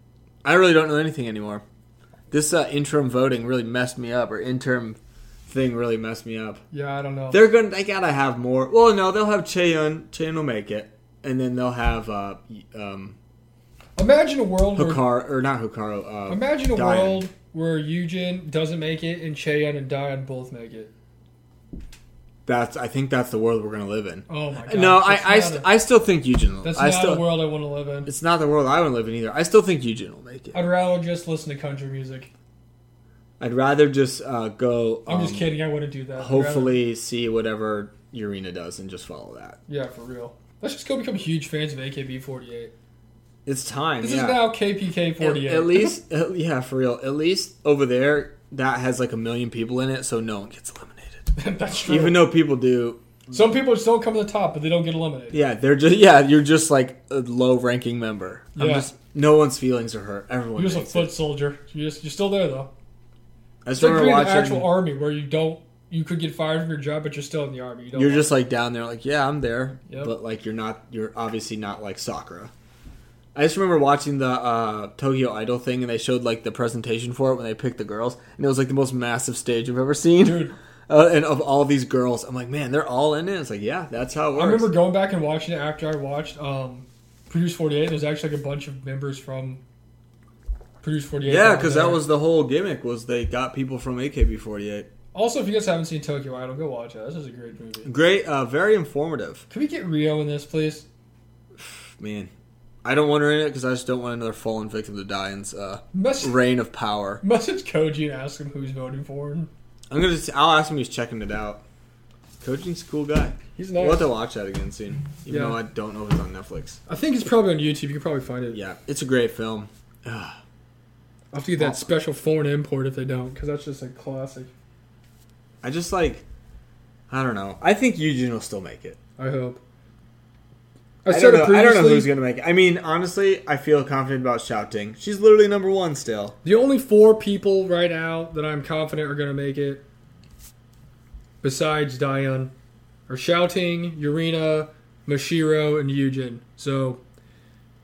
I really don't know anything anymore. This uh, interim voting really messed me up, or interim thing really messed me up. Yeah, I don't know. They're gonna. They gotta have more. Well, no, they'll have Cheyun. Cheyun will make it, and then they'll have uh, um, Imagine a world where Hikaru or not Hikaru. Uh, Imagine a Diane. world where Eugen doesn't make it and Cheyenne and Diane both make it. That's. I think that's the world we're gonna live in. Oh my god. no, I That's I, not st- a- I still think Eugen. Will. that's I not still. a world I want to live in. It's not the world I would live in either. I still think Eugen will make it. I'd rather just listen to country music. I'd rather just uh, go. I'm um, just kidding. I wouldn't do that. I'd rather- Hopefully, see whatever Urena does and just follow that. yeah, for real. Let's just go become huge fans of AKB48. It's time. This yeah. is now KPK48. (laughs) At, at least, at- yeah, for real. At least over there, that has like a million people in it, so no one gets eliminated. that's true. Even though people do, Some people just don't come to the top, but they don't get eliminated. yeah, they're just yeah, you're just like a low-ranking member. I'm Yeah. just no one's feelings are hurt. Everyone. You're just a hates foot it. soldier. You're, just, you're still there though. I just It's like remember being an actual watching. army where you don't, you could get fired from your job, but you're still in the army. You don't You're like- just like down there, like yeah, I'm there, Yep. but like you're not. You're obviously not like Sakura. I just remember watching the uh, Tokyo Idol thing, and they showed like the presentation for it when they picked the girls, and it was like the most massive stage I've ever seen. dude. (laughs) uh, and of all these girls, I'm like, man, they're all in it. It's like, yeah, that's how it works. I remember going back and watching it after I watched um, Produce 48. There's actually like a bunch of members from Produce 48. yeah, out because that there. was the whole gimmick was they got people from AKB48. Also, if you guys haven't seen Tokyo Idol, go watch it. This is a great movie. Great, uh, very informative. Can we get Rio in this, please? Man, I don't want her in it because I just don't want another fallen victim to Diane's uh, Mess- reign of power. (laughs) message Koji and ask him who's voting for him. I'm gonna, just, I'll ask him who's checking it out. Coaching's a cool guy. He's We'll have nice. to watch that again soon, even Yeah. though I don't know if it's on Netflix. I think it's probably on YouTube. You can probably find it. Yeah, it's a great film. Ugh. I'll have to get that special foreign import if they don't, because that's just a classic. I just like, I don't know. I think Eugene will still make it. I hope. I, I said don't it know, I don't know previously. who's going to make it. I mean, honestly, I feel confident about shouting. She's literally number one still. The only four people right now that I'm confident are going to make it, besides Dion, are Shouting, Urena, Mashiro, and Eugen. So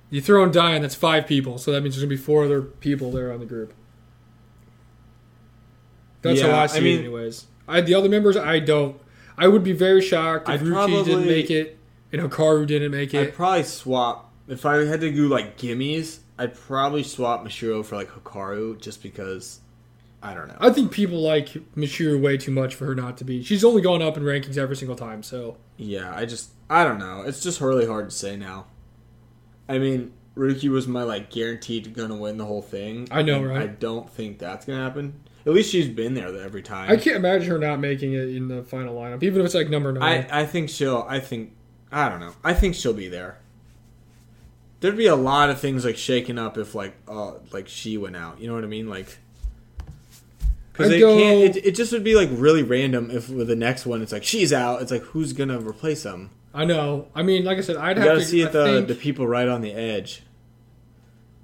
you throw in Dion, that's five people. So that means there's going to be four other people there on the group. That's Yeah, how I I see mean- it, anyways. I, the other members, I don't. I would be very shocked if I'd Ruki probably- didn't make it and Hikaru didn't make I'd it. probably swap. If I had to do like gimmies, I'd probably swap Mashiro for like Hikaru just because. I don't know. I think people like Mashiro way too much for her not to be. She's only gone up in rankings every single time, so. yeah, I just. I don't know. It's just really hard to say now. I mean, Ruki was my like guaranteed going to win the whole thing. I know, and right? I don't think that's going to happen. At least she's been there every time. I can't imagine her not making it in the final lineup, even if it's like number nine. I, I think she'll. I think. I don't know. I think she'll be there. There'd be a lot of things like shaken up if like uh like she went out. You know what I mean? Like because I'd they go- can't. It, it just would be like really random if with the next one it's like she's out. It's like who's gonna replace them? I, know. I mean, like I said, I'd You have gotta to see I it the think- the people right on the edge,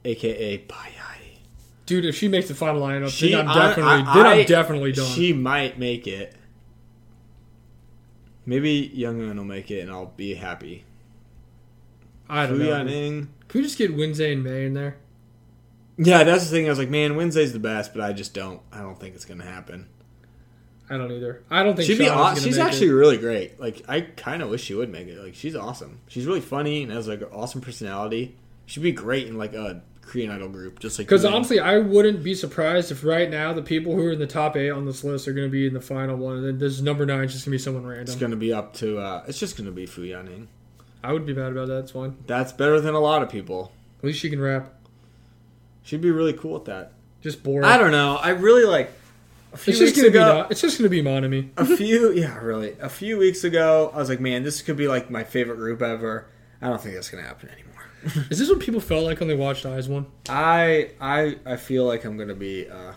aka Payai. dude. If she makes the final lineup, She then I'm I- definitely, I- then I- I'm definitely done. She might make it. Maybe Youngun will make it, and I'll be happy. I don't know. dude. Huyaning. Can we just get Wednesday and May in there? Yeah, that's the thing. I was like, man, Wednesday's the best, but I just don't. I don't think it's gonna happen. I don't either. I don't think She'd be. Shauna's Aw- gonna she's make actually It. really great. Like, I kind of wish she would make it. Like, she's awesome. She's really funny and has like an awesome personality. She'd be great in like a Korean Idol group, just like Because Yoon. honestly, I wouldn't be surprised if right now the people who are in the top eight on this list are going to be in the final one, and then this number nine is just going to be someone it's random. gonna be up to. uh It's just gonna be Fuyaning. I would be mad about that. It's fine. That's better than a lot of people. At least she can rap. She'd be really cool at that. Just boring. I don't know. I really like a few It's weeks just gonna ago. be. Not, it's just gonna be Monami. a few (laughs) yeah really a few weeks ago i was like man this could be like my favorite group ever i don't think that's gonna happen anymore Is this what people felt like when they watched Eyes One? i i i feel like i'm gonna be uh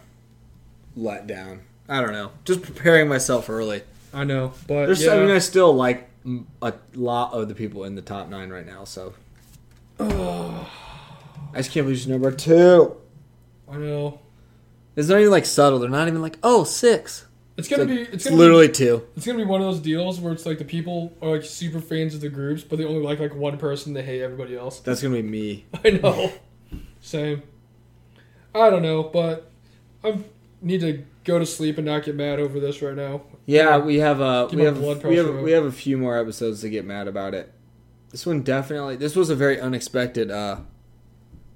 let down i don't know just preparing myself early I know, but there's yeah. i mean i still like m- a lot of the people in the top nine right now so i just can't believe she's number two I know. it's not even like subtle they're not even like oh six It's gonna like- be. It's, it's gonna literally two Be, it's gonna be one of those deals where it's like the people are like super fans of the groups, but they only like like one person. They hate everybody else. (laughs) that's gonna be me I (laughs) know. Same. I don't know, but I need to go to sleep and not get mad over this right now. Yeah, we have a Keep we my have, blood we have pressure up. we have a few more episodes to get mad about it. This one definitely. This was a very unexpected uh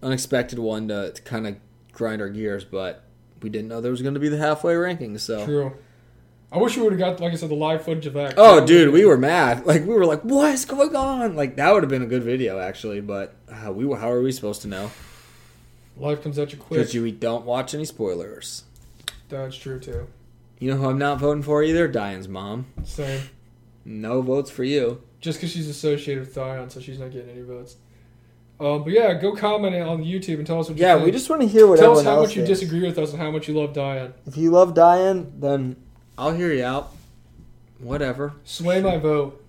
unexpected one to, to kind of grind our gears, but we didn't know there was going to be the halfway rankings. So, True. I wish we would have got like I said the live footage of that. oh dude, we were mad. Like we were like, what is going on? Like that would have been a good video actually, but uh, we were- how are we supposed to know? life comes at you quick. Because you we don't watch any spoilers. That's true too. You know who I'm not voting for either? Diane's mom. Same. No votes for you. Just because she's associated with Dion, so she's not getting any votes. Um, but yeah, go comment on YouTube and tell us what you Yeah, think. we just want to hear what tell everyone us how else much you thinks. disagree with us and how much you love Dion. If you love dying, then I'll hear you out. Whatever. Sway my vote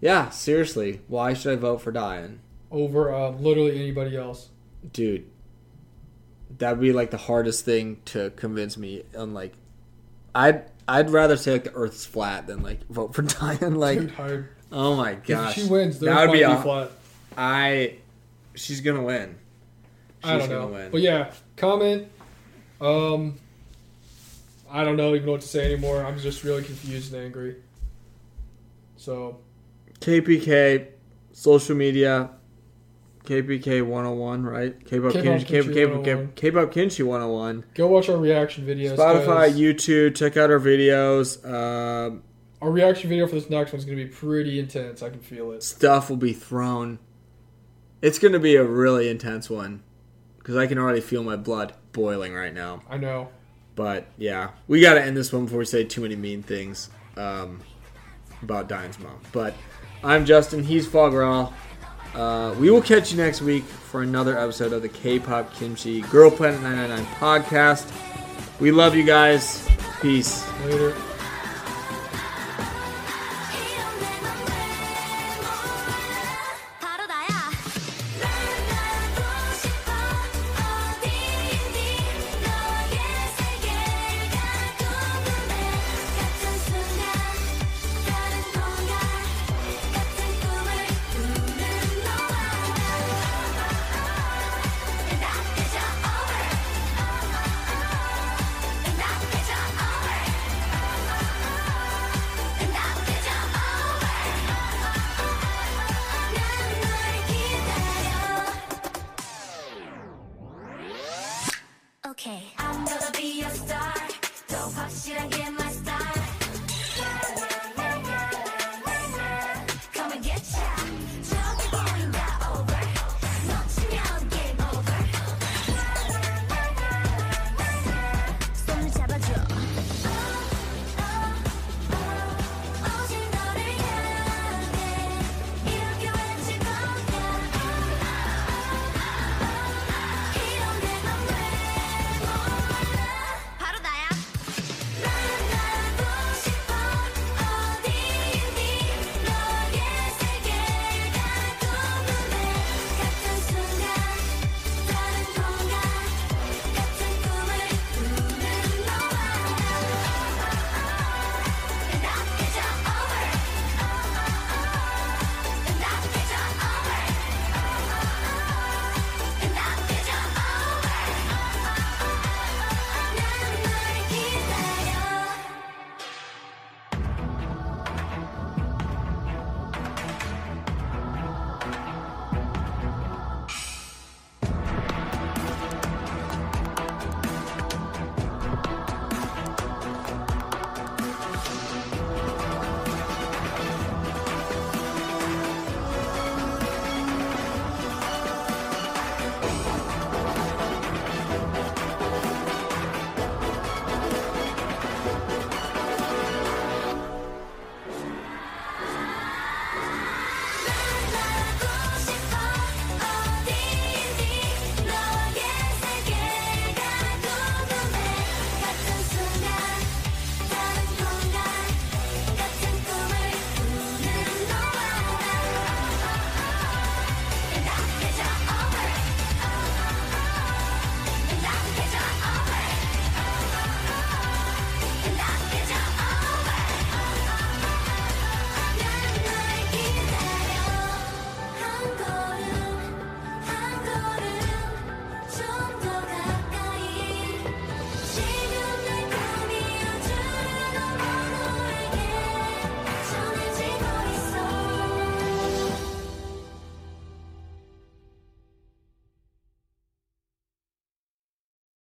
Yeah, seriously. Why should I vote for dying? over um, literally anybody else. Dude, that'd be like the hardest thing to convince me. And like, I'd I'd rather say like the Earth's flat than like (laughs) vote for dying. Like, Dude, hard. oh my If gosh, she wins, there that might would be, be. Awful. flat. I, she's gonna win. She's I don't gonna know. win. But yeah, comment. Um, I don't know even know what to say anymore. I'm just really confused and angry. So KPK, social media, KPK 101, right? K-pop, K-pop Kinshi, Kinshi K-pop, 101. K-pop, K-pop Kinshi 101. go watch our reaction videos. Spotify, 'cause YouTube. Check out our videos. Um, Our reaction video for this next one's gonna be pretty intense. I can feel it. stuff will be thrown. It's going to be a really intense one because I can already feel my blood boiling right now. I know. But yeah, we got to end this one before we say too many mean things um, about Diane's mom. But I'm Justin. He's Fogral. Uh, we will catch you next week for another episode of the K-pop Kimchi Girl Planet 999 podcast. We love you guys. Peace. Later. 이런 내맘